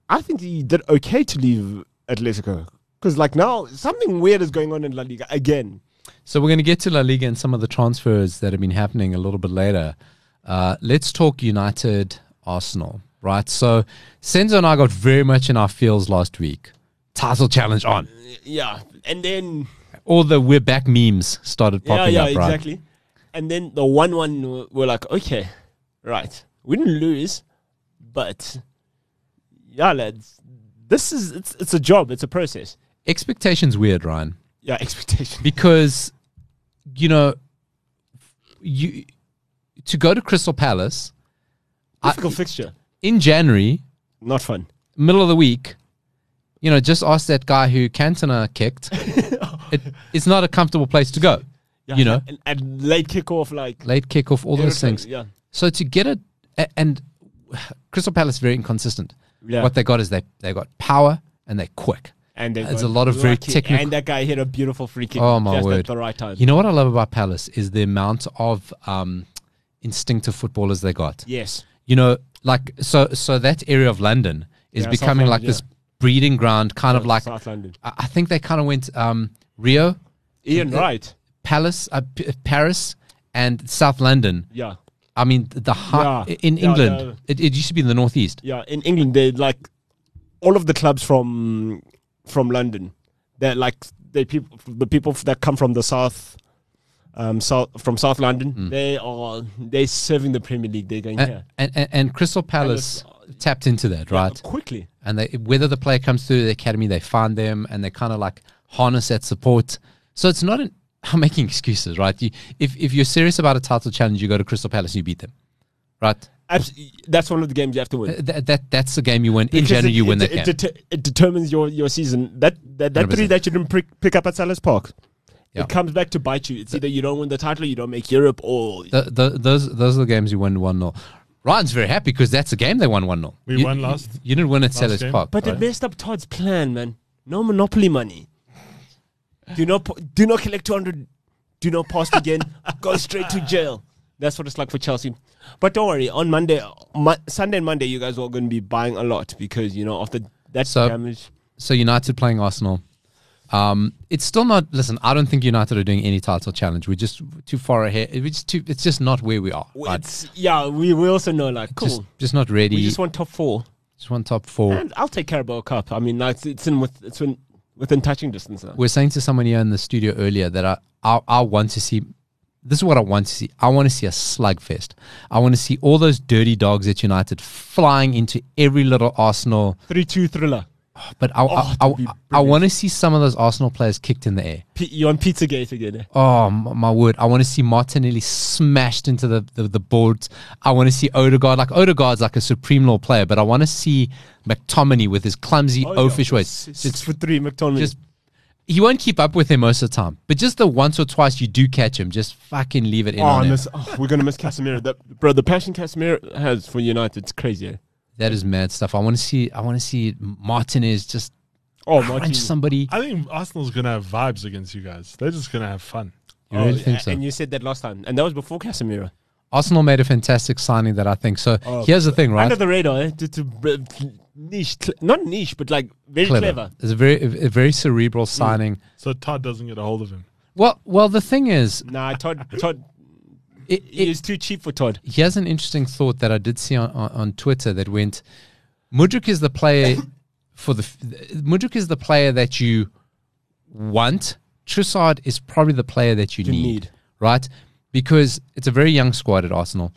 I think he did okay to leave Atletico because like now something weird is going on in La Liga again. So we're going to get to La Liga and some of the transfers that have been happening a little bit later. Uh, let's talk United Arsenal, right? So Senzo and I got very much in our feels last week. Title challenge on. Yeah, and then All the we're back memes started popping yeah, up, yeah, right? exactly. And then the one one w- we're like, okay, right, we didn't lose, but yeah, lads, this is it's it's a job, it's a process. Expectations weird, Ryan. Yeah, expectation. because you know you to go to Crystal Palace I- Difficult fixture, in January, not fun. middle of the week. You know, just ask that guy who Cantona kicked. it, it's not a comfortable place to go. Yeah, You know? and, and late kickoff like Late kickoff, all those irritating, things. Yeah, So to get it, a- and Crystal Palace very inconsistent. Yeah. What they got is they they got power and they're quick. and they There's got a lot of very lucky, technical- And that guy hit a beautiful free kick. Oh my just word! At the right time. You know what I love about Palace is the amount of um, instinctive footballers they got. yes. you know, like so so that area of London is Yeah, becoming South like London, this breeding ground, kind of like South London. I I think they kind of went um, Rio, Ian Wright. Palace, uh, P- Paris, and South London. Yeah. I mean, th- the high, Yeah. in Yeah, England, yeah. It, it used to be in the northeast. Yeah, in England, they like all of the clubs from from London. They're like they people the people that come from the south, um, south from South London. Hmm. They are they serving the Premier League. They're going A- here And, and, and Crystal Palace tapped into that, right? quickly. And they, whether the player comes through the academy, they find them and they kind of like harness that support. So it's not an I'm making excuses, right? You, if if you're serious about a title challenge, you go to Crystal Palace and you beat them, right? Abs- that's one of the games you have to win. Th- That, that that's the game you win in Because January. it- You win it, that game. it, det- it determines your, your season. That that, that three 100%. that you didn't prick, pick up at Salas Park, Yeah. it comes back to bite you. It's either you don't win the title, you don't make Europe, or Th th those those are the games you won one 0 Ryan's very happy because that's a game they won one 0 We won last- You, didn't win at Sellers game. Park. But right? it messed up Todd's plan, man. No monopoly money. Do not po- do not collect two hundred. Do not pass again. Go straight to jail. That's what it's like for Chelsea. But don't worry. On Monday, Mo- Sunday and Monday, you guys are going to be buying a lot because you know after that So- damage. so United playing Arsenal. Um, it's still not. Listen, I don't think United are doing any title challenge. We're just too far ahead. We're just too. It's just not where we are. Right? It's, yeah, we, we also know like cool. Just just not ready. we Just just want, want top four, top four. and I'll take Carabao Cup. I mean, like, it's, it's in with it's in, within touching distance now. we're saying to someone here in the studio earlier that I, I, I want to see this is what I want to see. I want to see a slugfest. I want to see all those dirty dogs at United flying into every little Arsenal. Three two thriller. But I, I, Oh, that'd be I, I want to see some of those Arsenal players kicked in the air. P- you're on Pizzagate again. eh? Oh m- my word! I want to see Martinelli smashed into the the, the boards. I want to see Odegaard like Odegaard's like a supreme law player, but I want to see McTominay with his clumsy Oh, yeah. oafish ways. Six Just- for three, McTominay. just he won't keep up with him most of the time. But just the once or twice you do catch him, just fucking leave it in Oh, on I him. miss, oh, we're gonna miss Casemiro. That, bro, the passion Casemiro has for United is crazy. eh? That is mad stuff. I want to see. I want to see Martinez just Oh, punch Martin, somebody. I think Arsenal's gonna have vibes against you guys. They're just gonna have fun. You really a- think so? Oh, And you said that last time, and that was before Casemiro. Arsenal made a fantastic signing that I think. So Oh, here's the thing, right? Under the radar, eh? to, to, br- niche, cl- not niche, but like very clever. Mm. It's a very a very cerebral signing. So Todd doesn't get a hold of him. Well, well, the thing is, Nah, Todd, Todd, it, it it, is too cheap for Todd. here's an interesting thought that I did see on, on, on Twitter that went, Mudrik is the player for the f- Mudrik is the player that you want. Trussard is probably the player that you, You need, need. right? Because it's a very young squad at Arsenal,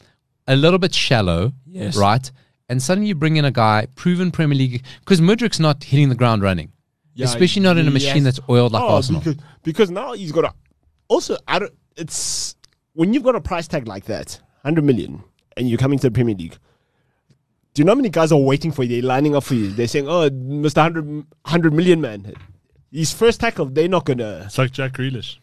a little bit shallow, Yes. right? And suddenly you bring in a guy proven Premier League because Mudrik's not hitting the ground running, Yeah, especially not in a machine yes. that's oiled like Arsenal. Oh, Because, because now he's got a. Also, I don't. It's when you've got a price tag like that, hundred million, and you're coming to the Premier League. Do you know how many guys are waiting for you? They're lining up for you. They're saying, "Oh, Mister 100, 100 million man, his first tackle, they're not gonna." It's like Jack Grealish.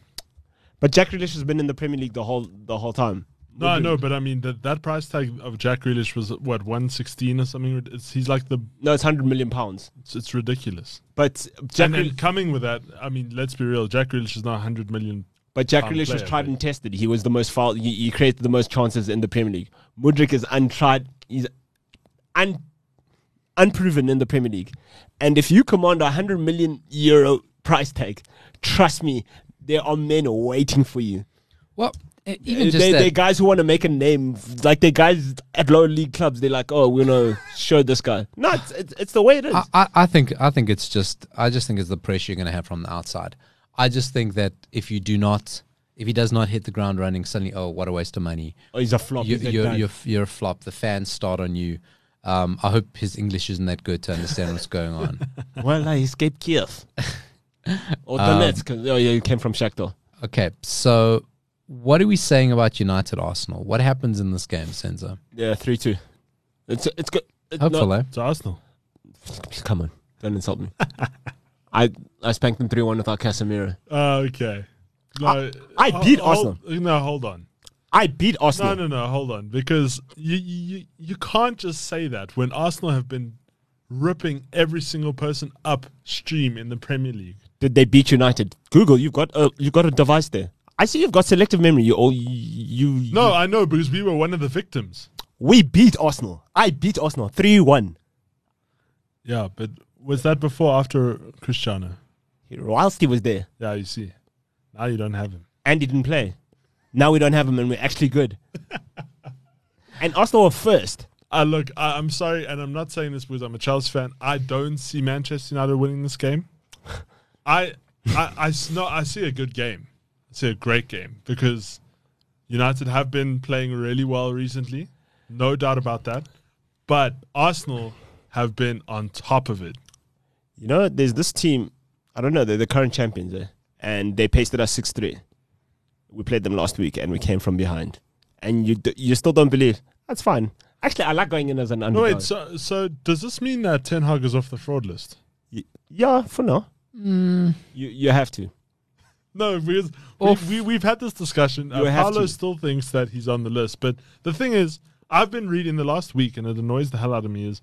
But Jack Grealish has been in the Premier League the whole the whole time. No, I know, but I mean that that price tag of Jack Grealish was what one sixteen or something. It's, he's like the No, it's hundred million pounds. it's, it's ridiculous. But Jack, and Grealish, then coming with that, I mean, let's be real. Jack Grealish is not hundred million. but Jack I'm Grealish was player, tried but- and tested. He was the most foul. He, he created the most chances in the Premier League. Mudrik is untried. He's un, unproven in the Premier League. And if you command a 100 million euro price tag, trust me, there are men waiting for you. Well, e- even They, just that, they're guys who want to make a name. Like, they're guys at lower league clubs. They're like, oh, we're going to show this guy. No, it's, it's, it's the way it is. I, I I think I think it's just I just think it's the pressure you're going to have from the outside. I just think that if you do not, if he does not hit the ground running, suddenly oh what a waste of money. oh, he's a flop. You, He's a you're, dud. you're f- you're a flop. The fans start on you. Um, I hope his English isn't that good to understand what's going on. Well, I escaped Kiev. or Donetsk. Um, 'cause- oh, yeah, you came from Shakhtar. Okay, so what are we saying about United Arsenal? What happens in this game, Senzo? Yeah, 3 2. It's, it's good. It's not- Hopefully, It's Arsenal. Come on, don't insult me. I I spanked them three one without Casemiro. Uh, okay. No, I, I beat Arsenal. No, hold on. I beat Arsenal. No, no, no. Hold on, because you you you can't just say that when Arsenal have been ripping every single person upstream in the Premier League. Did they beat United? Google, you've got a you've got a device there. I see you've got selective memory. You all you, you No, I know because we were one of the victims. We beat Arsenal. I beat Arsenal three one. Yeah, but was that before or after Cristiano? Whilst he was there, Yeah, you see. Now you don't have him. and he didn't play. Now we don't have him, and we're actually good. and Arsenal were first. Uh, look, I, I'm sorry, and I'm not saying this because I'm a Chelsea fan. I don't see Manchester United winning this game. I, I, I s- no, I see a good game. I see a great game because United have been playing really well recently, no doubt about that. But Arsenal have been on top of it. You know, there's this team. I don't know. They're the current champions, eh? and they pasted us six three. We played them last week and we came from behind. And you d- you still don't believe. That's fine. Actually, I like going in as an No, underdog. wait. So, so does this mean that Ten Hag is off the fraud list? Y- yeah, for now. You you have to. No, because we, Off. we, we've had this discussion. Uh, You have Paolo to. still thinks that he's on the list. But the thing is, I've been reading the last week, and it annoys the hell out of me, is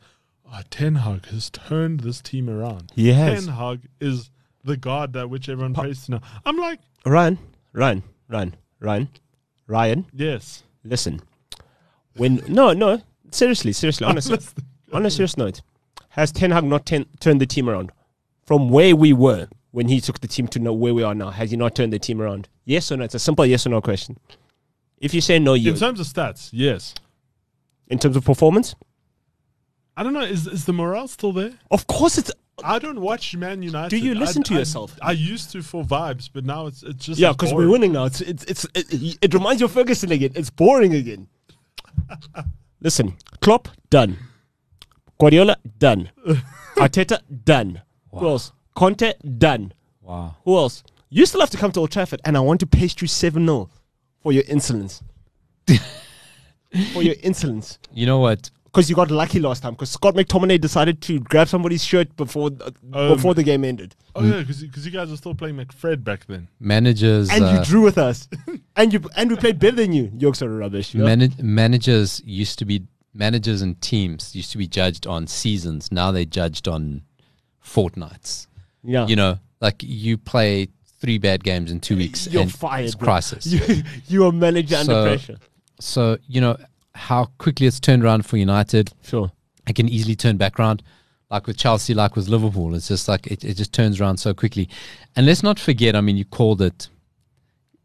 oh, Ten Hag has turned this team around. He has. Ten Hag is the god that which everyone prays to now. I'm like, Ryan, Ryan, Ryan, Ryan, Ryan. yes. Listen, when no, no, seriously, seriously, honestly, on a serious note, has Ten Hag not ten, turned the team around from where we were when he took the team to know where we are now? Has he not turned the team around? Yes or no? It's a simple yes or no question. If you say no, you In terms of stats, yes. in terms of performance, I don't know. Is is the morale still there? of course it's I don't watch Man United. you I- listen to I- yourself? I used to for vibes, but now it's it's just yeah as because we're boring. winning now. It's it's, it's it, it reminds you of Ferguson again. It's boring again. Listen, Klopp done, Guardiola done, Arteta done. Who else? Conte done. Wow. Who else? You still have to come to Old Trafford, and I want to paste you 7 0 for your insolence. for your insolence. You know what? Because you got lucky last time, because Scott McTominay decided to grab somebody's shirt before, uh, Um, before the game ended. Oh yeah, because you guys are still playing McFred back then. Managers. And uh, you drew with us. and you and we played better than you. Yorks are rubbish. you know? Manag- managers used to be managers and teams used to be judged on seasons. Now they judged on fortnights. yeah. You know, like you play three bad games in two weeks. You're and fired. It's bro. crisis. You, you are manager So- under pressure. so you know how quickly it's turned around for United. Sure. It can easily turn back around, like with Chelsea, like with Liverpool. It's just like it, it just turns around so quickly. And let's not forget. I mean, you called it.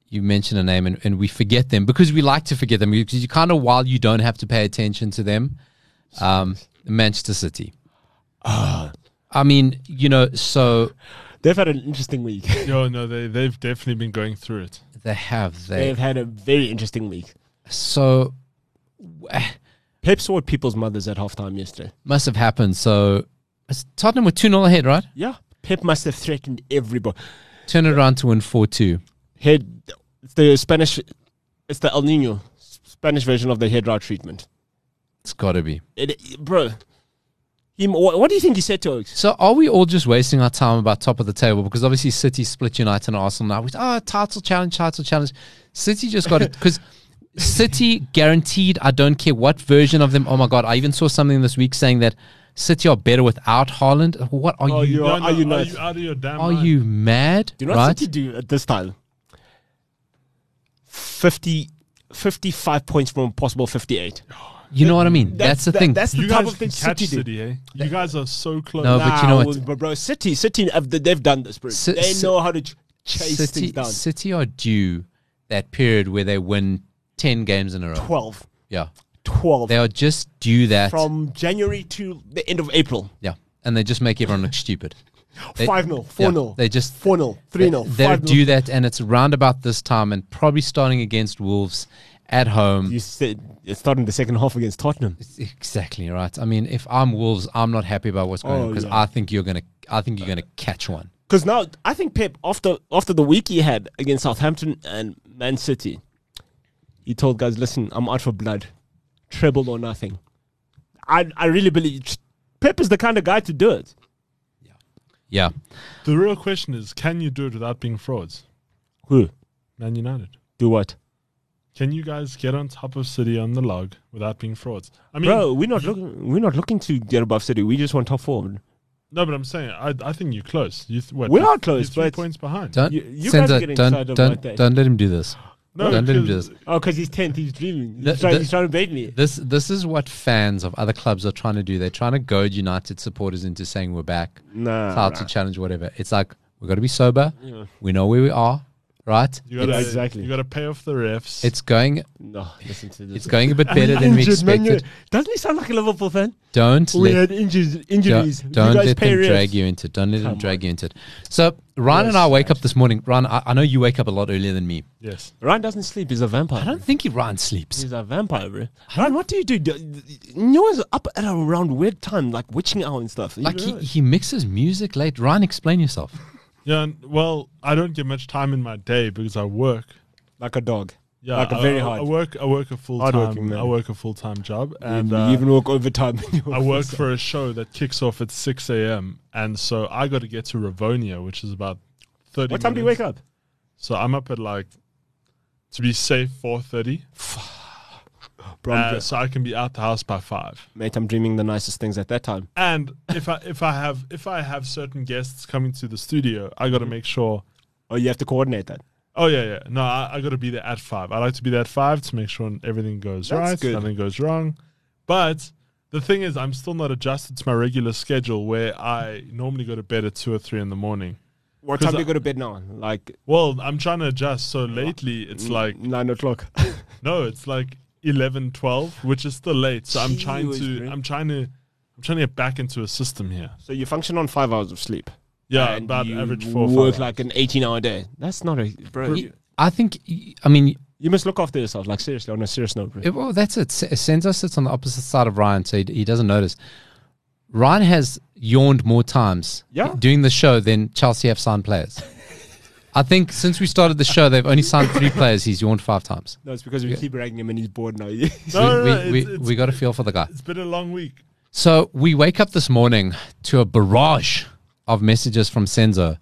You mentioned a name, and, and we forget them because we like to forget them because you kind of while you don't have to pay attention to them. Um, Manchester City. I mean, you know, so They've had an interesting week. Yo, no, they they've definitely been going through it. they have they. They've had a very interesting week. So Pep swore people's mothers at halftime yesterday. must have happened. So it's- Tottenham were two 0 ahead, right? Yeah. Pep must have threatened everybody. Turn it around to win four two. Head, it's the Spanish, it's the El Nino, S- Spanish version of the head rod treatment. It's got to be. It, bro, he, what, what do you think he said to Oaks? So are we all just wasting our time about top of the table? Because obviously City split United and Arsenal now. With, oh, title challenge, title challenge. City just got it because City guaranteed. I don't care what version of them. Oh my god! I even saw something this week saying that City are better without Haaland. What are Oh, you? you are, are you not? Are you out of your damn Are mind? you mad? do you know what right? City do at this time? 50, 55 points from a possible 58. you know what I mean? That's- That's, the that- thing. that's- You the type guys of can thing catch City do. City, eh? You guys are so close. No, but you know what? Bro, bro, City, City, have, they've done this, bro. Ci- they Ci- know how to ch- chase City, things down. City are due that period where they win ten games in a row. 12. Yeah, 12. they are just due that. From January to the end of April. yeah, and they just make everyone look stupid. They- 5 0, 4 yeah, 0. they just 4 0, 3 0. They will do that, and it's around about this time, and probably starting against Wolves at home. You said it's starting the second half against Tottenham. Exactly right. I mean, if I'm Wolves, I'm not happy about what's going on Oh, because yeah. I think you're gonna, I think you're gonna catch one. Because now I think Pep after after the week he had against Southampton and Man City, he told guys, "Listen, I'm out for blood, treble or nothing." I I really believe Pep is the kind of guy to do it. Yeah, The real question is, can you do it without being frauds? Who Man United. do what, Can you guys get on top of City on the log without being frauds? I mean, bro? We're not looking we're not looking to get above City. We just want top four. no, but I'm saying I, I think you're close. You th- what, We are you're close, three but- points behind. don't You- you Senzo, guys are getting don't excited don't about that. don't let him do this. No, don't let him do because- this. Oh, because he's tenth. He's dreaming. He's, The- trying, the- he's trying to bait me. This this is what fans of other clubs are trying to do. They're trying to goad United supporters into saying we're back, Nah, title challenge, whatever. It's like we've got to be sober. Yeah. We know where we are, right? You gotta, Yeah, exactly. You got to pay off the refs. It's going no. Listen to this. it's going a bit better than we Injured Man U- expected. Doesn't he sound like a Liverpool fan? Don't We had let injuries. Injuries. Don't, don't you guys let pay them refs. drag you into it. Don't let them Come drag you into it. So Ryan and I wake up this morning. Ryan, I, I know you wake up a lot earlier than me. yes. Ryan doesn't sleep. He's a vampire. I don't think he Ryan sleeps. He's a vampire, bro. Ryan, what do you do? Do- You're always up at around weird time, like witching hour and stuff. You Like he, know? he mixes music late. Ryan, explain yourself. Yeah. and- Well, I don't get much time in my day because I work. like a dog. Yeah, Like a I- very I- hard- I work. I work a full hardworking time. man. I work a full time job, and you, uh, even work overtime. I work for a show that kicks off at six a.m. And so I got to get to Ravonia, which is about thirty. What time do you minutes. wake up? So I'm up at like to be safe four thirty, Bro, I'm uh, dre- so I can be out the house by five. mate, I'm dreaming the nicest things at that time. And if I if I have if I have certain guests coming to the studio, I got Mm-hmm. to make sure. Oh, you have to coordinate that. Oh yeah, yeah. No, I, I got to be there at five. I like to be there at five to make sure everything goes That's right, good. nothing goes wrong. But the thing is, I'm still not adjusted to my regular schedule where I normally go to bed at two or three in the morning. What 'Cause time do you I- go to bed now? Like Well, I'm trying to adjust. So lately, Mm. it's like nine o'clock. no, it's like 11, 12, which is still late. So I'm trying Jeez, to, bro. I'm trying to, I'm trying to get back into a system here. so you function on five hours of sleep. Yeah, and about you average four. or five Work hours. like an eighteen-hour day. That's not a bro. You, I think, y- I mean, you must look after yourself. Like seriously, on a serious note, bro. it, well, that's it. S- Senzo sits on the opposite side of Ryan, so he, he doesn't notice. Ryan has yawned more times Yeah. doing the show than Chelsea have signed players. I think since we started the show, they've only signed three players. He's yawned five times. No, it's because we keep ragging him and he's bored now. No, no, we, no, we, it's- we, it's- we got a feel for the guy. it's been a long week. So we wake up this morning to a barrage of messages from Senzo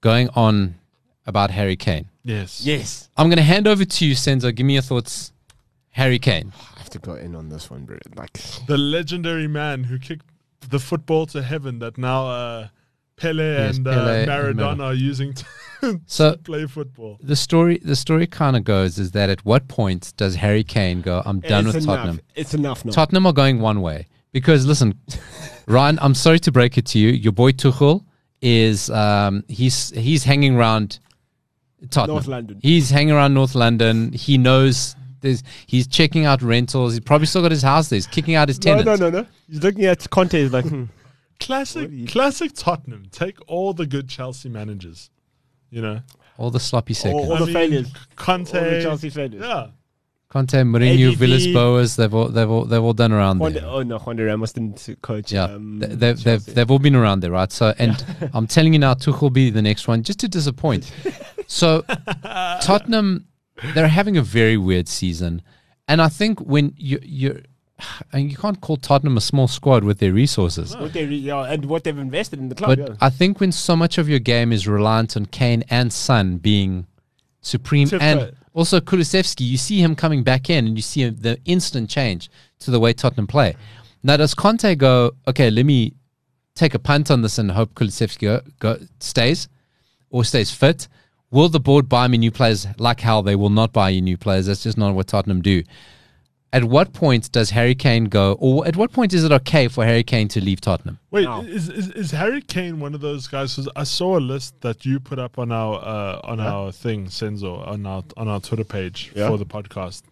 going on about Harry Kane. Yes. yes, I'm going to hand over to you, Senzo. Give me your thoughts. Harry Kane. I have to go in on this one, bro. Like The legendary man who kicked the football to heaven that now uh, Pele Yes, and Pele uh, and Maradona Maradona. are using to So play football. the story the story kind of goes is that at what point does Harry Kane go, I'm done it's with enough. Tottenham? It's enough now. Tottenham are going one way. Because listen, Ryan, I'm sorry to break it to you. Your boy Tuchel is um, he's he's hanging around Tottenham. North London. He's hanging around North London. He knows there's he's checking out rentals. He's probably still got his house there. He's kicking out his no, tenants. no, no, no. He's looking at Conte. He's like, hmm. Classic, What do you- classic Tottenham. Take all the good Chelsea managers. You know, All the sloppy seconds. All the failures. Conte, All the Chelsea failures. Yeah, Conte, Mourinho, ABV. Villas Boas, they've all they've all they've all done around Juan there. de- oh no, Juan de Ramos didn't coach. Yeah, um, Th- they've, they've, Chelsea. they've all been around there, right? So, and I'm telling you now, Tuchel will be the next one just to disappoint. so, Tottenham, they're having a very weird season. And I think when you, you're, and you can't call Tottenham a small squad with their resources. What they re- yeah, and what they've invested in the club. But yeah. I think when so much of your game is reliant on Kane and Son being supreme, Tip and it. also Kulusevski, you see him coming back in, and you see the instant change to the way Tottenham play. Now, does Conte go? Okay, let me take a punt on this and hope Kulusevski go, go, stays or stays fit. Will the board buy me new players? Like hell, they will not buy you new players. That's just not what Tottenham do. At what point does Harry Kane go, or at what point is it okay for Harry Kane to leave Tottenham? Wait, No. is, is is Harry Kane one of those guys? 'Cause I saw a list that you put up on our uh, on our thing, Senzo, on our on our Twitter page Yeah. for the podcast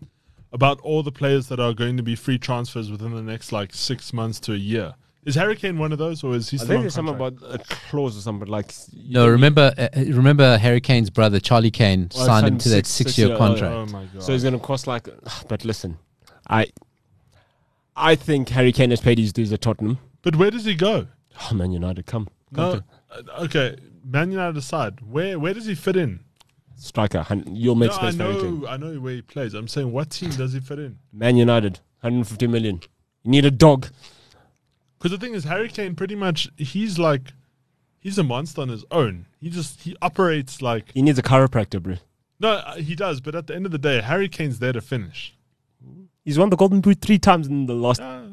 about all the players that are going to be free transfers within the next like six months to a year. Is Harry Kane one of those, or is he I still think on there's something contract? about a clause or something like. you No, don't remember, uh, uh, remember Harry Kane's brother Charlie Kane Well, signed signed him to that six- six-year six-year, oh, contract. Oh my god! So it's going to cost like. But listen, I, I think Harry Kane has paid his dues at Tottenham. but where does he go? Oh man, United come. No, come uh, okay. Man United aside, where where does he fit in? to- striker. hun- You'll make No, I space for Harry Kane. know, I know where he plays. I'm saying, what team does he fit in? Man United, 150 million. You need a dog. Because the thing is, Harry Kane pretty much he's like he's a monster on his own. He just he operates like He needs a chiropractor, bro. no, uh, he does. But at the end of the day, Harry Kane's there to finish. He's won the Golden Boot three times in the last. Oh.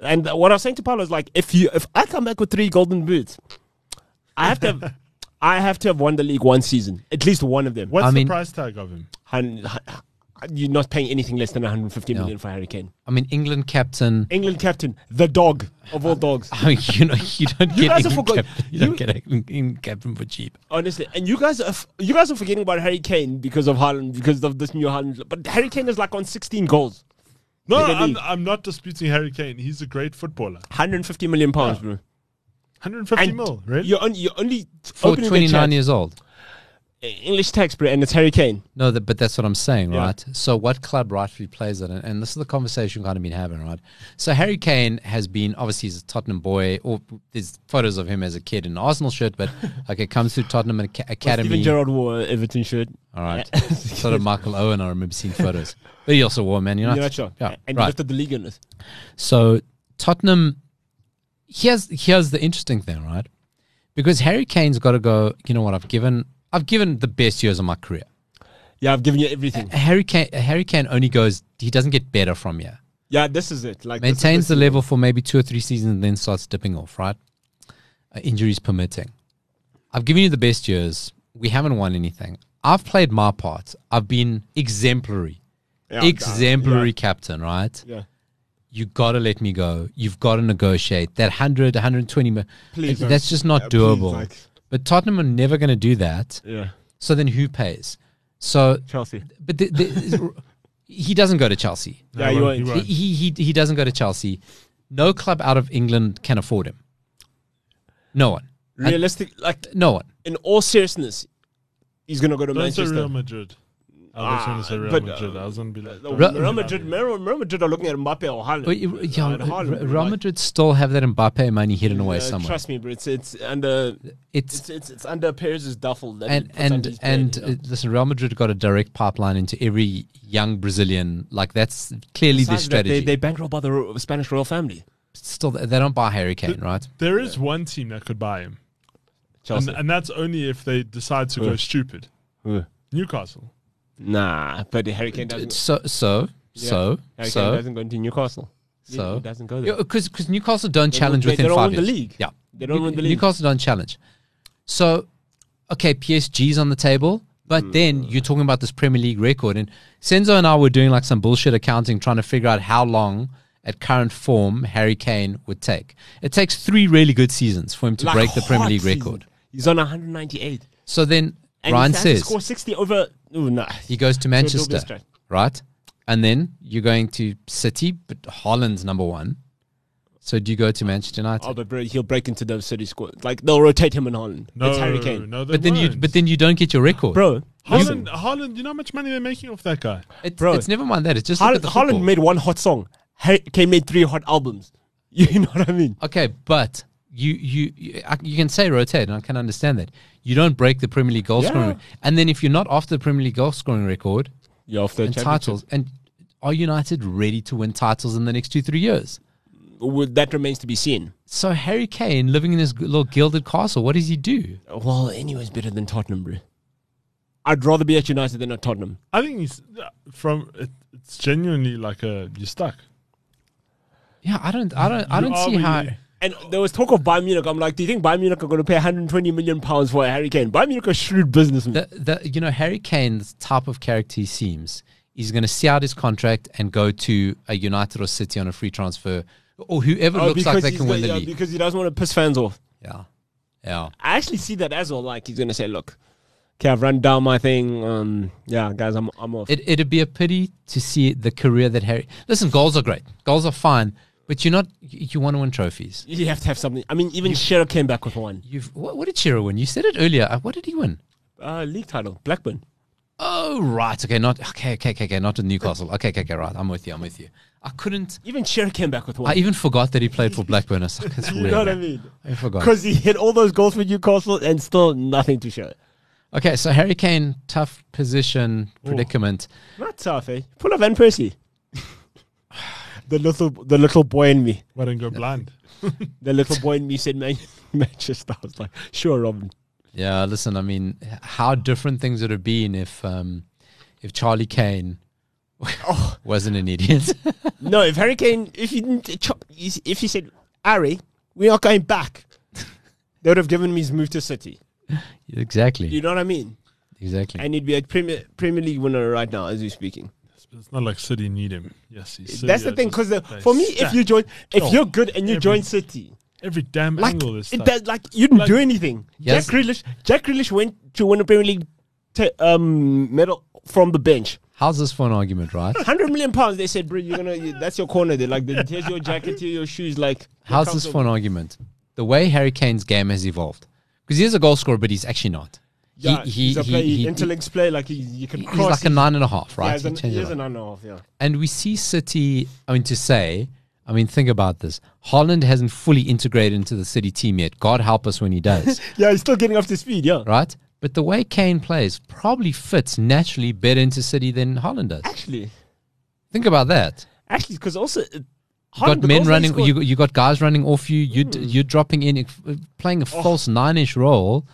And what I was saying to Paolo is like, if you, if I come back with three Golden Boots, I have to, have, I have to have won the league one season, at least one of them. What's I the mean- price tag of him? Hun- hun- You're not paying anything less than 150 million for Harry Kane. I mean, England captain. England captain, the dog of all dogs. I mean, you know, you don't get guys have England forgot- captain. You, don't you- get an England captain for cheap. Honestly, and you guys are f- you guys are forgetting about Harry Kane because of Haaland, because of this new Haaland. But Harry Kane is like on 16 goals, No, In the I'm, league. I'm not disputing Harry Kane. He's a great footballer. 150 million pounds, bro. 150 And mil, really? You're only you're only For opening the 29 chat. years old. English text, bro, and it's Harry Kane. No, that, but that's what I'm saying, Yeah. right? So, what club rightfully plays it? And, and this is the conversation we've kind of been having, right? So, Harry Kane has been obviously he's a Tottenham boy, or there's photos of him as a kid in an Arsenal shirt, but okay, comes through Tottenham Ac- Even Academy. Gerard wore an Everton shirt. All right. sort of Michael Owen, I remember seeing photos. But he also wore Man You're United. not sure. Ah, Yeah, And he right. lifted the league on it. So Tottenham, here's here's the interesting thing, right? Because Harry Kane's got to go. You know what? I've given I've given the best years of my career. Yeah, I've given you everything. Harry Kane Harry Kane only goes. He doesn't get better from here. Yeah, this is it. Like this is Maintains the level for maybe two or three seasons, and then starts dipping off. Right? Uh, injuries permitting. I've given you the best years. We haven't won anything. I've played my part. I've been exemplary, Yeah, exemplary captain. Right? Yeah. you got to let me go. You've got to negotiate that 100, 120. mi- Please don't. that's just not Yeah, please, doable. like- but Tottenham are never going to do that. Yeah. So then who pays? So, Chelsea. but the, the, he doesn't go to Chelsea. Yeah, you won't, won't. Right. He, he, he doesn't go to Chelsea. No club out of England can afford him. No one. Realistic, like No one. in all seriousness, he's gonna go to Don't say Manchester. Real Madrid. I was going to say Real but, uh, Madrid. I was going to be like, The- Re- Real Madrid, Real Real Madrid are looking at Mbappe or Haaland. But, you- yeah, And Haaland, Real like, Madrid still have that Mbappe money hidden away uh, somewhere. Trust me, bro. It's it's under It's it's it's, it's under Perez's duffel. That he and puts under and his bed, and you know. uh, listen, Real Madrid got a direct pipeline into every young Brazilian. Like that's clearly their Besides that, strategy. They, they bankroll by the ro- Spanish royal family. Still, they don't buy Harry Kane, right? there is one team that could buy him. And, Chelsea. and that's only if they decide to go Who? stupid. Who? Newcastle. Nah, but Harry Kane doesn't. So so Yeah. so Harry Kane so doesn't go into Newcastle. He- So? he doesn't go there. because because Newcastle don't challenge they- they within don't five win the years. league. Yeah, They don't New- win the league. Newcastle don't challenge. So, okay, PSG's on the table, but Hmm. then you're talking about this Premier League record, and Senzo and I were doing like some bullshit accounting, trying to figure out how long. At current form, Harry Kane would take. It takes three really good seasons for him to Like break the Premier hot League season. record. He's on 198. So then And Ryan he says says score 60 over. Ooh, nah. he goes to Don't do Manchester, this, Jack. right? And then you're going to City, but Haaland's number one. So do you go to Manchester United? Oh, but bro, he'll break into the city squad. Like they'll rotate him in Holland. No, it's Harry Kane, no, they but then you won't. but then you don't get your record. bro. Haaland, Haaland, you know how much money they're making off that guy? It's, Bro. it's never mind that. It's just look Holland, at the Holland football. made one hot song. Harry Kane made three hot albums. You know what I mean? Okay, but you you you, I- you can say rotate, and I can understand that. You don't break the Premier League goal scoring, Yeah. re- and then if you're not after the Premier League goal scoring record Yeah, off the and titles, and are United ready to win titles in the next two three years? Well, that remains to be seen. So Harry Kane living in his g- little gilded castle, what does he do? Well, anyone's better than Tottenham, bro. I'd rather be at United than at Tottenham. I think he's from. It, it's genuinely like a you're stuck. Yeah, I don't, I don't, I You don't are see where how. you- And there was talk of Bayern Munich. I'm like, do you think Bayern Munich are going to pay 120 million pounds for Harry Kane? Bayern Munich are shrewd businessmen. The, the, you know, Harry Kane's type of character he seems, he's going to see out his contract and go to a United or City on a free transfer or whoever Oh, looks like they he's can the- win the yeah, league. Because he doesn't want to piss fans off. Yeah. Yeah. I actually see that as well. Like he's gonna say, "Look, okay, I've run down my thing. Um, yeah, guys, I'm I'm off." It, it'd be a pity to see the career that Harry. Listen, goals are great. Goals are fine, but you're not, you, you want to win trophies. you have to have something. I mean, even Shearer came back with one You've, what, what did Chiro win? You said it earlier. Uh, What did he win? uh, league title, Blackburn. Oh, right. Okay. Not, okay. Okay. Okay. Okay. Not in Newcastle. Okay. Okay. Okay. Right. I'm with you. I'm with you. I couldn't, Even Shearer came back with I one. even forgot that he played for Blackburn. It's like, it's you weird, know what I man. mean? I forgot. Because he hit all those goals for Newcastle and still nothing to show. Okay, so Harry Kane, tough position, predicament. Not tough, eh? Pull up Van Persie. the little the little boy in me, Why don't go blind? the little boy in me said, "Man, Manchester." I was like, "Sure, Robin." Yeah, listen, I mean, h- how different things would have been if um, if Charlie Kane Oh. wasn't an idiot. No, if Hurricane, if he didn't, chop, if he said, Ari, we are going back, they would have given him his move to City. You exactly, know what I mean? exactly. And he'd be a Premier, Premier League winner right now, as we're speaking. It's not like City need him. Yes, he's City That's the are thing, just- because they for me, if stack you join, if Oh, you're good and you every- join City, every damn like, angle is it stuck. does, like you didn't Like- do anything. Yes. Jack Grealish, Jack Grealish went to win a Premier League t- um, medal from the bench. How's this for an argument, right? Hundred million pounds. They said, bro, you're gonna. You, that's your corner. They're like, here's your jacket, here's your shoes. Like, How's this for an argument? The way Harry Kane's game has evolved, because he is a goal scorer, but he's actually not. Yeah, he- he's a he- player, he- he- interlinks play like he, you can He's cross. like a nine and a half, yeah, right? he's He an, changes he is a a lot. nine and a half. Yeah, and we see City. I mean, to say, I mean, think about this. Holland hasn't fully integrated into the City team yet. God help us when he does, yeah, he's still getting up to speed. Yeah, right? But the way Kane plays probably fits naturally better into City than Holland does. actually, Think about that. actually, because also uh, it, You got men running. You got- you got guys running off you. You d you're dropping in, if- uh, playing a false nine-ish role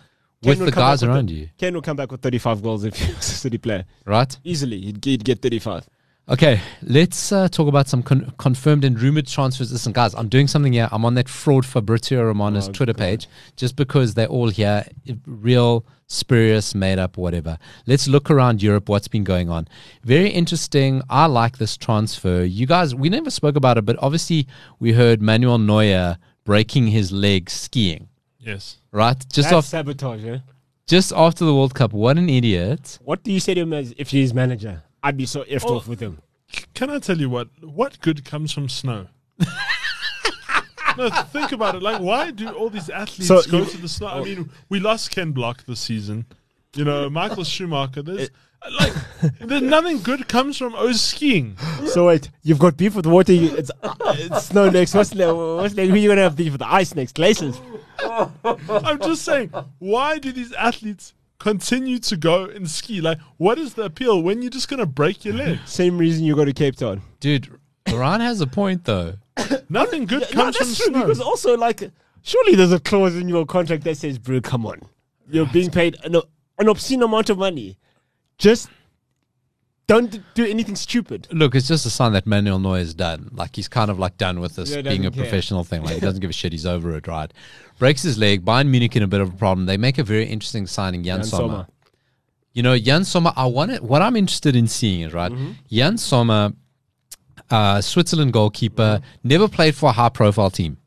with the guys around you, Kane will come back with 35 goals if he's a City player. right? Easily, he'd, he'd get 35. Okay, let's uh, talk about some con- confirmed and rumored transfers. Listen, guys, I'm doing something here. I'm on that fraud Fabrizio Romano's Twitter page just because they're all here, i- real, spurious, made up, whatever. Let's look around Europe, what's been going on. Very interesting. I like this transfer. You guys, we never spoke about it, but obviously we heard Manuel Neuer breaking his leg skiing, Yes. right? Just That's off, sabotage. Yeah? just after the World Cup. What an idiot. What do you say to him as if he's manager? I'd be so effed off with him. C- Can I tell you what? What good comes from snow? no, think about it. Like, why do all these athletes So go you- Oh. to the snow? I mean, we lost Ken Block this season. You know, Michael Schumacher. There's like, there's nothing good comes from oh skiing. So wait, you've got beef with water. You, it's, it's snow next. What's, ne- what's next? Who you gonna have beef with? The ice next. Glaciers. I'm just saying, why do these athletes continue to go and ski? Like, what is the appeal when you're just gonna break your legs? Same reason you go to Cape Town. Dude, Ryan has a point, though. Nothing good comes from snow. because also like surely there's a clause in your contract that says, "Bro, come on, you're being paid an, an obscene amount of money. Just don't do anything stupid." look, it's just a sign that Manuel Neuer is done. Like he's kind of like done with this Yeah, he being a doesn't care. professional thing. Like he doesn't give a shit. He's over it, right? Breaks his leg. Bayern Munich in a bit of a problem. They make a very interesting signing, Jan, Jan Sommer. Sommer. You know, Jan Sommer. I want it. What I'm interested in seeing is right. Mm-hmm. Jan Sommer, uh, Switzerland goalkeeper, never played for a high profile team.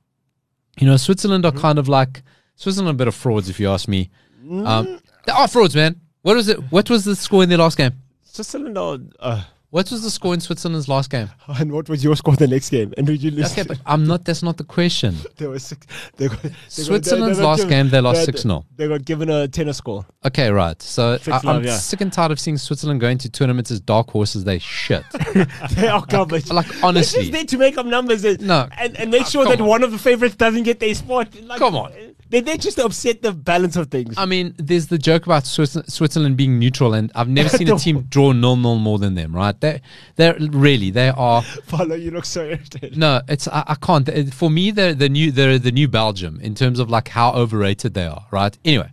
You know, Switzerland Mm-hmm. are kind of like Switzerland are a bit of frauds, if you ask me. Mm-hmm. Um, they are frauds, man. What was it? What was the score in their last game? Switzerland are, uh, What was the score in Switzerland's last game? and what was your score the next game? And did you lose? Okay, but I'm not. That's not the question. There were six. They got, they got- they- Switzerland's they got last given- game, they lost had- 6-0. They got given a tennis score. Okay, right. So I, Six I'm love, yeah. sick and tired of seeing Switzerland going to tournaments as dark horses. They shit. They are garbage. Like, It's honestly. just there to make up numbers and, No. Uh, and, and make sure come that on. one of the favorites doesn't get their spot. Like, Come on. Uh, They're there just to upset the balance of things. I mean, there's the joke about Swiss- Switzerland being neutral, and I've never seen a No. team draw nil nil more than them. Right? They, they're really they are. Paulo, you look so irritated. No, it's I, I can't. It- For me, they're the new they're the new Belgium in terms of like how overrated they are. Right? Anyway,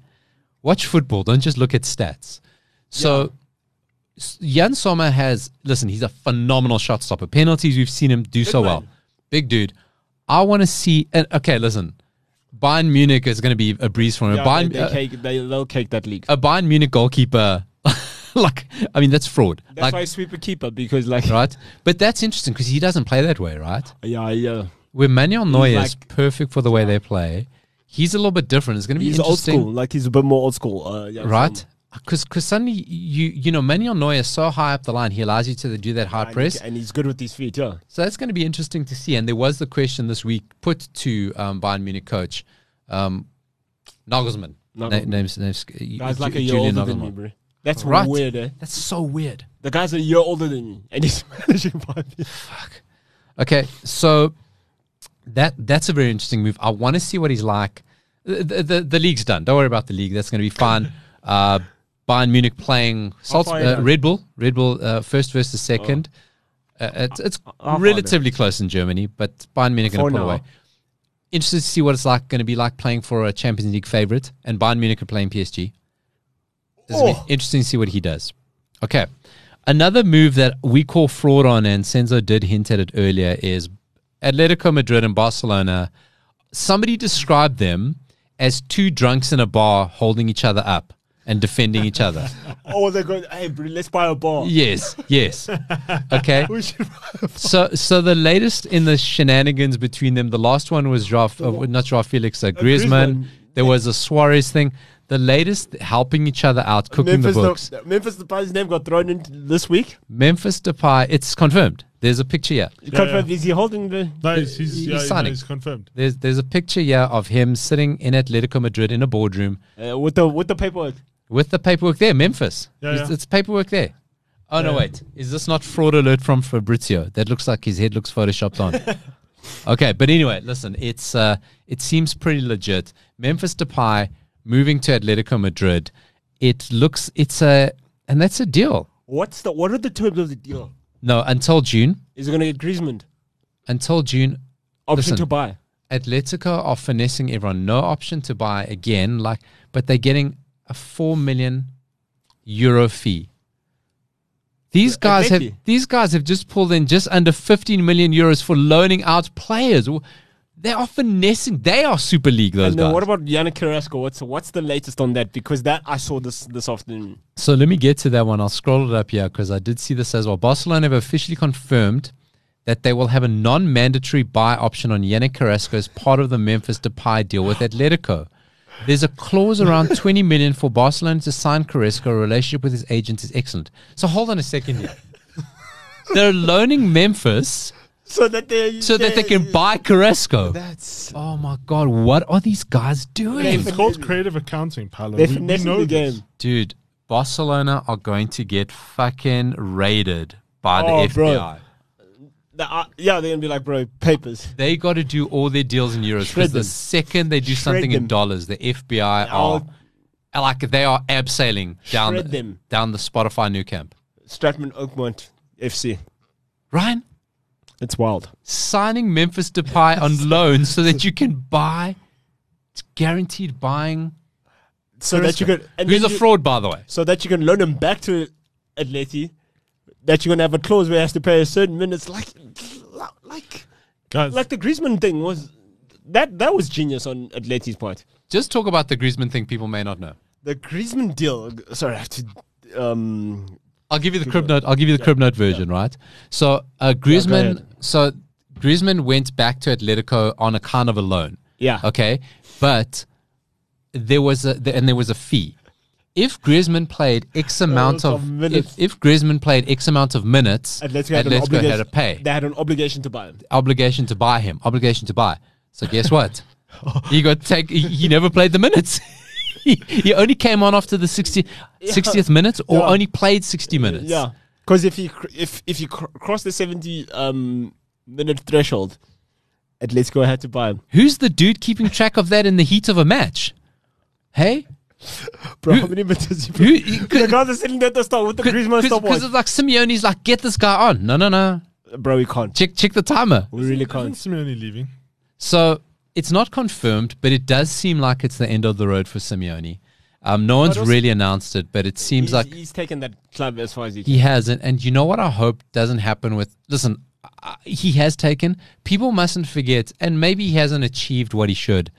watch football. Don't just look at stats. So. S- Jan Sommer has listen. He's a phenomenal shot stopper. Penalties we've seen him do so well. Big dude. I want to see. And okay, listen. Bayern Munich is going to be a breeze for him. Yeah, Bayern, they, uh, cake, they, will cake that league. a Bayern Munich goalkeeper. like, I mean, that's fraud. That's why I like, sweep a keeper because, like, right? But that's interesting because he doesn't play that way, right? yeah, yeah. Where Manuel Neuer is like- perfect for the way they play. He's a little bit different. It's going to be He's old interesting, school. Like, he's a bit more old school. Uh, yeah, right? so- Because suddenly you you know Manuel Neuer is so high up the line, he allows you to do that high and, press. he- and he's good with his feet, yeah. So that's going to be interesting to see. And there was the question this week put to um, Bayern Munich coach um, Nagelsmann. Na- Nagelsmann. names, names, Ju- Guy's like a year Julian older than me, Nagelsmann. bro. That's Right. weird, eh? That's so weird. The guy's a year older than me, and he's managing by me. Okay, so that that's a very interesting move. I want to see what he's like. The, the, the, the league's done. Don't worry about the league. That's going to be fun. uh, Bayern Munich playing Salz, far are you uh, down? Red Bull. Red Bull uh, first versus second. Uh, it's it's far relatively close in Germany, but Bayern Munich are For going to pull now. away. Interested to see what it's like going to be like playing for a Champions League favorite, and Bayern Munich are playing PSG. It's gonna be Oh. interesting to see what he does. Okay. Another move that we call fraud on, and Senzo did hint at it earlier, is Atletico Madrid and Barcelona. Somebody described them as two drunks in a bar holding each other up and defending each other. Oh, they're going, hey, bro, let's buy a bar. Yes, yes. Okay. We should So, so the latest in the shenanigans between them, the last one was Joao, uh, not Joao Felix, uh, Griezmann. Griezmann. There was a Suarez thing. The latest helping each other out, cooking Memphis, the books. the, Memphis Depay's name got thrown in this week. Memphis Depay, it's confirmed. There's a picture here. Confirmed, Is he holding the? No, he's, he's, He's yeah, he's, signing. he's confirmed. There's there's a picture here of him sitting in Atletico Madrid in a boardroom Uh, with the with the paperwork. with the paperwork there, Memphis. Yeah, it's, yeah. it's paperwork there. Oh no, Yeah. wait. Is this not fraud alert from Fabrizio? That looks like his head looks photoshopped on. okay, but anyway, listen. It's uh, it seems pretty legit. Memphis Depay moving to Atletico Madrid. It looks it's a and that's a deal. What's the what are the terms of the deal? No, until June. Is it going to get Griezmann? Until June, Option Listen. to buy. Atletico are finessing everyone. No option to buy again, like, but they're getting a four million euro fee. These guys have Atleti? these guys have just pulled in just under fifteen million euros for loaning out players. W- They are finessing. They are Super League. Those And then guys. what about Yannick Carrasco? What's what's the latest on that? Because that I saw this this afternoon. So let me get to that one. I'll scroll it up here because I did see this as well. Barcelona have officially confirmed that they will have a non-mandatory buy option on Yannick Carrasco as part of the Memphis Depay deal with Atletico. There's a clause around 20 million for Barcelona to sign Carrasco. A relationship with his agent is excellent. So hold on a second here. They're loaning Memphis So that they so that they can buy Carrasco. That's Oh my God! What are these guys doing? It's called creative accounting, Paolo. they're We, we finessing know the this. game. Dude, Barcelona are going to get fucking raided by the Oh, FBI. bro. The- uh, yeah, they're gonna be like, bro, papers. They got to do all their deals in euros Shred because the them. second they do Shred something in them. dollars, the FBI I'll- are like they are abseiling down Shred the, them. down the Spotify new camp. Stratman Oakmont FC. Ryan It's wild. signing Memphis Depay on loan so that you can buy, it's guaranteed buying. So that you could and Who's then a you- fraud, by the way? So that you can loan him back to Atleti. That you're gonna have a clause where he has to pay a certain minutes, like like Guys, like the Griezmann thing was. That that was genius on Atleti's part. Just talk about the Griezmann thing. People may not know. The Griezmann deal. Sorry, I have to. Um, I'll give you the crib note. I'll give you the crib note version, right? So uh, Griezmann, ahead. so Griezmann went back to Atletico on a kind of a loan. Yeah. Okay, but there was a the, and there was a fee. If Griezmann played X amount it's a of minute. if, if Griezmann played X amount of minutes, Atletico, had, an Atletico obligation, had to pay They had an obligation to buy him. obligation to buy him, obligation to buy. So guess what? he got take. He, he never played the minutes. he, he only came on after the 60, 60th minute, or Yeah. only played sixty minutes. Yeah, because if you cr- if if you cr- cross the seventy um, minute threshold, Atletico had to buy him. Who's the dude keeping track of that in the heat of a match? Hey, Bro, Who- how many minutes? Did who? you the guys are sitting there at the start with the Griezmann stopwatch. Because it's like Simeone's like, get this guy on. No, no, no. Bro, we can't. Check, check the timer. We really isn't can't. Simeone leaving? So it's not confirmed, but it does seem like it's the end of the road for Simeone. Um, no one's also- really announced it, but it seems He's, like he's taken that club as far as he can. He has, and, and you know what I hope doesn't happen with. Listen, I, he has taken. People mustn't forget, and maybe he hasn't achieved what he should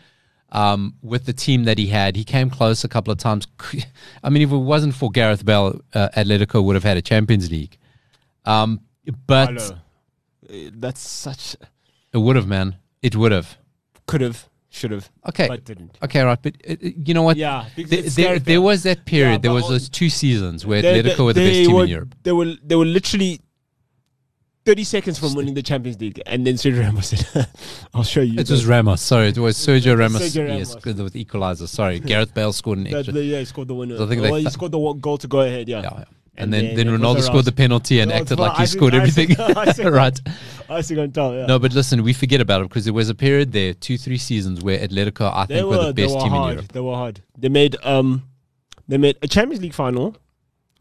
um, with the team that he had. He came close a couple of times. I mean, if it wasn't for Gareth Bell, uh, Atletico would have had a Champions League. Um, but Hello. Uh, That's such it would have, man. It would have. could have, should have, Okay. but didn't. Okay, right. But uh, uh, you know what? Yeah, because There, it's there, scary, there man. was that period. Yeah, there but was all- those two seasons where They- Atletico were the they- best they team were, in Europe. They were they were literally thirty seconds from winning the Champions League, and then Sergio Ramos said, "I'll show you." It the- was Ramos. Sorry, it was Sergio Ramos. Sergio Yes, Ramos. good, with equalizer. Sorry, Gareth Bale scored an that, extra. the, yeah, he scored the winner. I think they well, he th- scored the wa- goal to go ahead. Yeah. yeah, yeah. And, And then, then then it was Ronaldo around- scored the penalty and No, acted it's like not- he I scored think- I everything. think- I think- right. I see going tell. Yeah. No, but listen, we forget about it because there was a period there, two, three seasons where Atletico, I they think, were, were the they best were team in hard. Europe. They were hard. They made um, they made a Champions League final,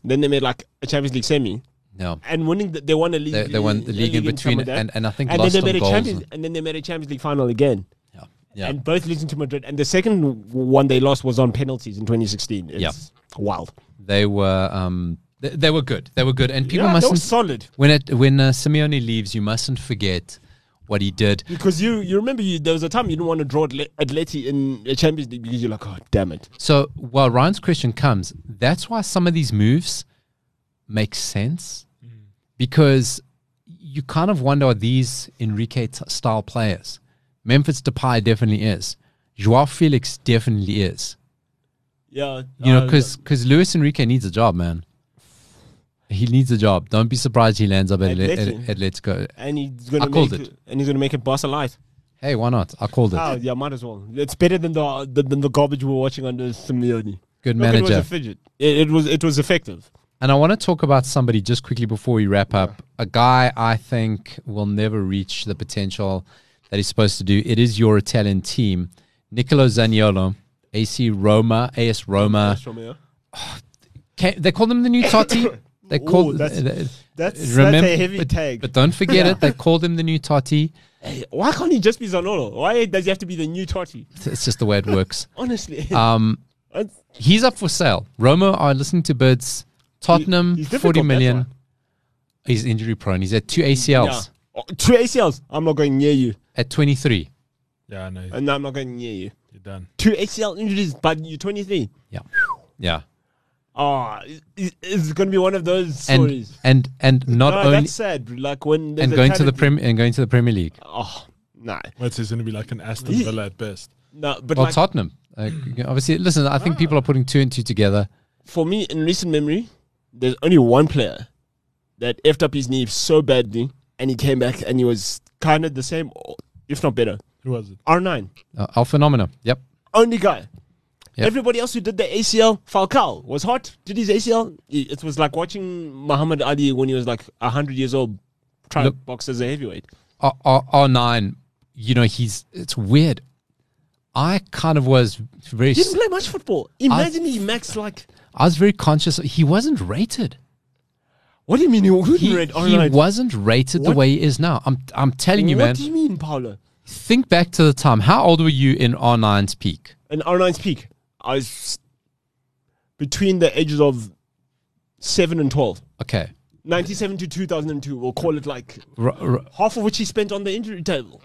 then they made like a Champions League semi, No, and winning the, they won a league. they, they won the league in between, and, and I think and then lost they on made a goals. Champions, and- and then they made a Champions League final again. yeah, yeah. and both losing to Madrid. And the second w- one they lost was on penalties in 2016. It's Yeah. wild. they were um, they, they were good. They were good, and people yeah, that mustn't was solid when it when uh, Simeone leaves, you mustn't forget what he did. because you you remember you, there was a time you didn't want to draw Atle- Atleti in the Champions League because you're like, oh damn it, So while Ryan's question comes, that's why some of these moves make sense because you kind of wonder are these Enrique t- style players? Memphis Depay definitely is. Joao Felix definitely is. yeah, You know, uh, because Luis Enrique needs a job, man. He needs a job. Don't be surprised he lands up at, Atle- Atleti. at Atletico. and he's I gonna called make it. and he's gonna make it Barca light. Hey, why not? I called it. Oh yeah, might as well. It's better than the than, than the garbage we were watching under Simeone. Good Look, It was manager. a fidget. It, it was it was effective. And I want to talk about somebody just quickly before we wrap up. A guy I think will never reach the potential that he's supposed to do. It is your Italian team, Nicolo Zaniolo, AC Roma, AS Roma. From here. Ca- they call them the new Totti. They Ooh, call that's- they- That's, that's remember- a heavy but, tag. But don't forget it. They called him the new Totti. Why can't he just be Zanolo? Why does he have to be the new Totti? It's just the way it works. Honestly, Um, That's- he's up for sale. Roma are listening to bids. Tottenham, he's difficult, forty that million. one. He's injury prone. He's at two ACLs yeah. Oh, two ACLs. I'm not going near you, at twenty three. Yeah, I know. and I'm not going near you. You're done. Two ACL injuries, but you're 23. Yeah. Ah, oh, it's going to be one of those and stories. and and not No, only that's sad. bro. Like when there's and a going to the tragedy- prem and going to the Premier League Oh no, What's he's going to be like an Aston Yeah. Villa at best? no. But or like, Ah. Tottenham. Uh, obviously, listen. I think people are putting two and two together. for me, in recent memory, there's only one player that effed up his knee so badly, and he came back and he was kind of the same, or if not better. Who was it? R9, Uh, Al phenomena. Yep. only guy. Yep. Everybody else who did the ACL, Falcao was hot. Did his ACL? It it was like watching Muhammad Ali when he was like hundred years old, trying to Look- box as a heavyweight. R- R- R9, you know, he's it's weird. I kind of was very He didn't play much football. Imagine he maxed like. I was very conscious he wasn't rated. What do you mean he wouldn't He, read he online? wasn't rated the What? way he is now. I'm I'm telling you, what man. do you mean, Paolo? think back to the time. How old were you in R9's peak? An R9's peak. I was between the ages of seven and twelve. Okay. 97 to 2002, we'll call it like R- r- half of which he spent on the injury table.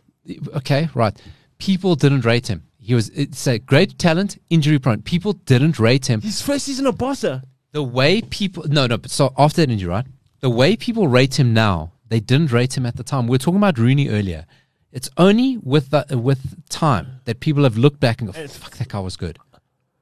okay, right. People didn't rate him. He was it's a great talent, injury prone. People didn't rate him. His first season of Barca. The way people no no but so after that injury, right? The way people rate him now, they didn't rate him at the time. We were talking about Rooney earlier. It's only with the, with time that people have looked back and go, "Fuck, that guy was good."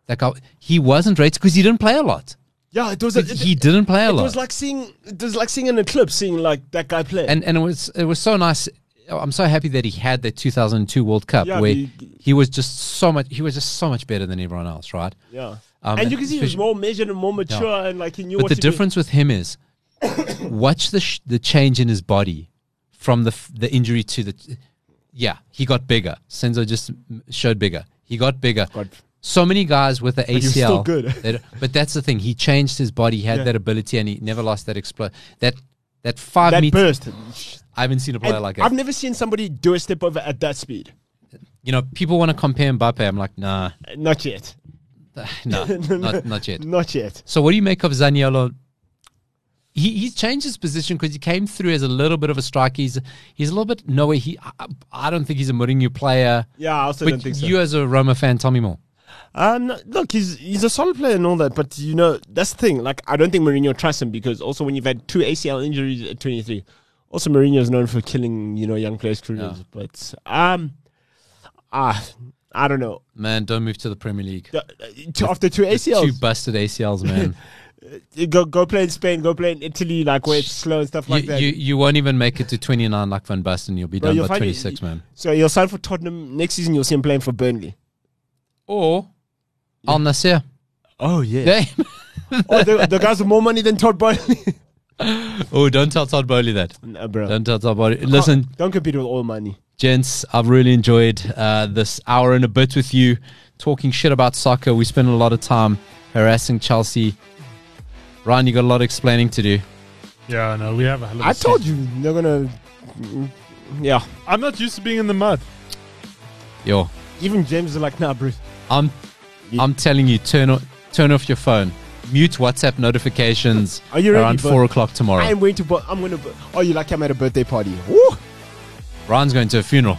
That guy, he wasn't rated because he didn't play a lot. Yeah, it was. A, He- it, he didn't play a it lot. was like seeing. It was like seeing an eclipse, seeing like that guy play. and and it was it was so nice. I'm so happy that he had that 2002 World Cup Yeah, where the- he was just so much. He was just so much better than everyone else, right? yeah, Um, and you can see he was especially- more measured and more mature, and like he knew But what the to do. difference with him is, watch the sh- the change in his body from the f- the injury to the. Yeah, he got bigger. Senzo just m- showed bigger. He got bigger. God. So many guys with the ACL. was still good. they don't- but that's the thing. He changed his body. He had Yeah. that ability, and he never lost that explo- That that five That meter. burst. I haven't seen a player And like that. I've never seen somebody do a step over at that speed. you know, people want to compare Mbappe. I'm like, nah, Uh, Not yet. nah, not not yet. Not yet. So what do you make of Zaniolo? He he's changed his position because he came through as a little bit of a striker. He's he's a little bit nowhere. He I, I don't think he's a Mourinho player. Yeah, I also don't But think so. you as a Roma fan, tell me more. Um, no- look, he's he's a solid player and all that, but you know that's the thing. Like, I don't think Mourinho trusts him because also when you've had two ACL injuries at 23, also Mourinho is known for killing you know young players' careers. But um, ah, I don't know. Man, don't move to the Premier League. The- uh, two- after two Two ACLs, busted ACLs, man. you go go play in Spain, go play in Italy, like where it's slow and stuff you, like that. you you won't even make it to 29 like Van Basten. You'll be Bro, done you'll by find it- 26, man. so you'll sign for Tottenham next season. You'll see him playing for Burnley. Or Al Nasser. Oh yeah. Yeah. oh, the, the guys with more money than Todd Burnley. oh, don't tell Todd Bowley that. no, bro. Don't tell Todd Bowley. Listen, don't compete with all money. Gents, I've really enjoyed uh, this hour and a bit with you talking shit about soccer. We spent a lot of time harassing Chelsea. Ryan, you got a lot of explaining to do. Yeah, I know. We have a hell of a I told season. you they're gonna. Yeah, I'm not used to being in the mud. Yo, even James is like, nah, Bruce. I'm, I'm telling you, turn o- turn off your phone, mute WhatsApp notifications Are you ready, around bud? four o'clock tomorrow. I am going to. Bu- I'm gonna. Bu- oh, you like I'm at a birthday party? Woo! Ryan's going to a funeral.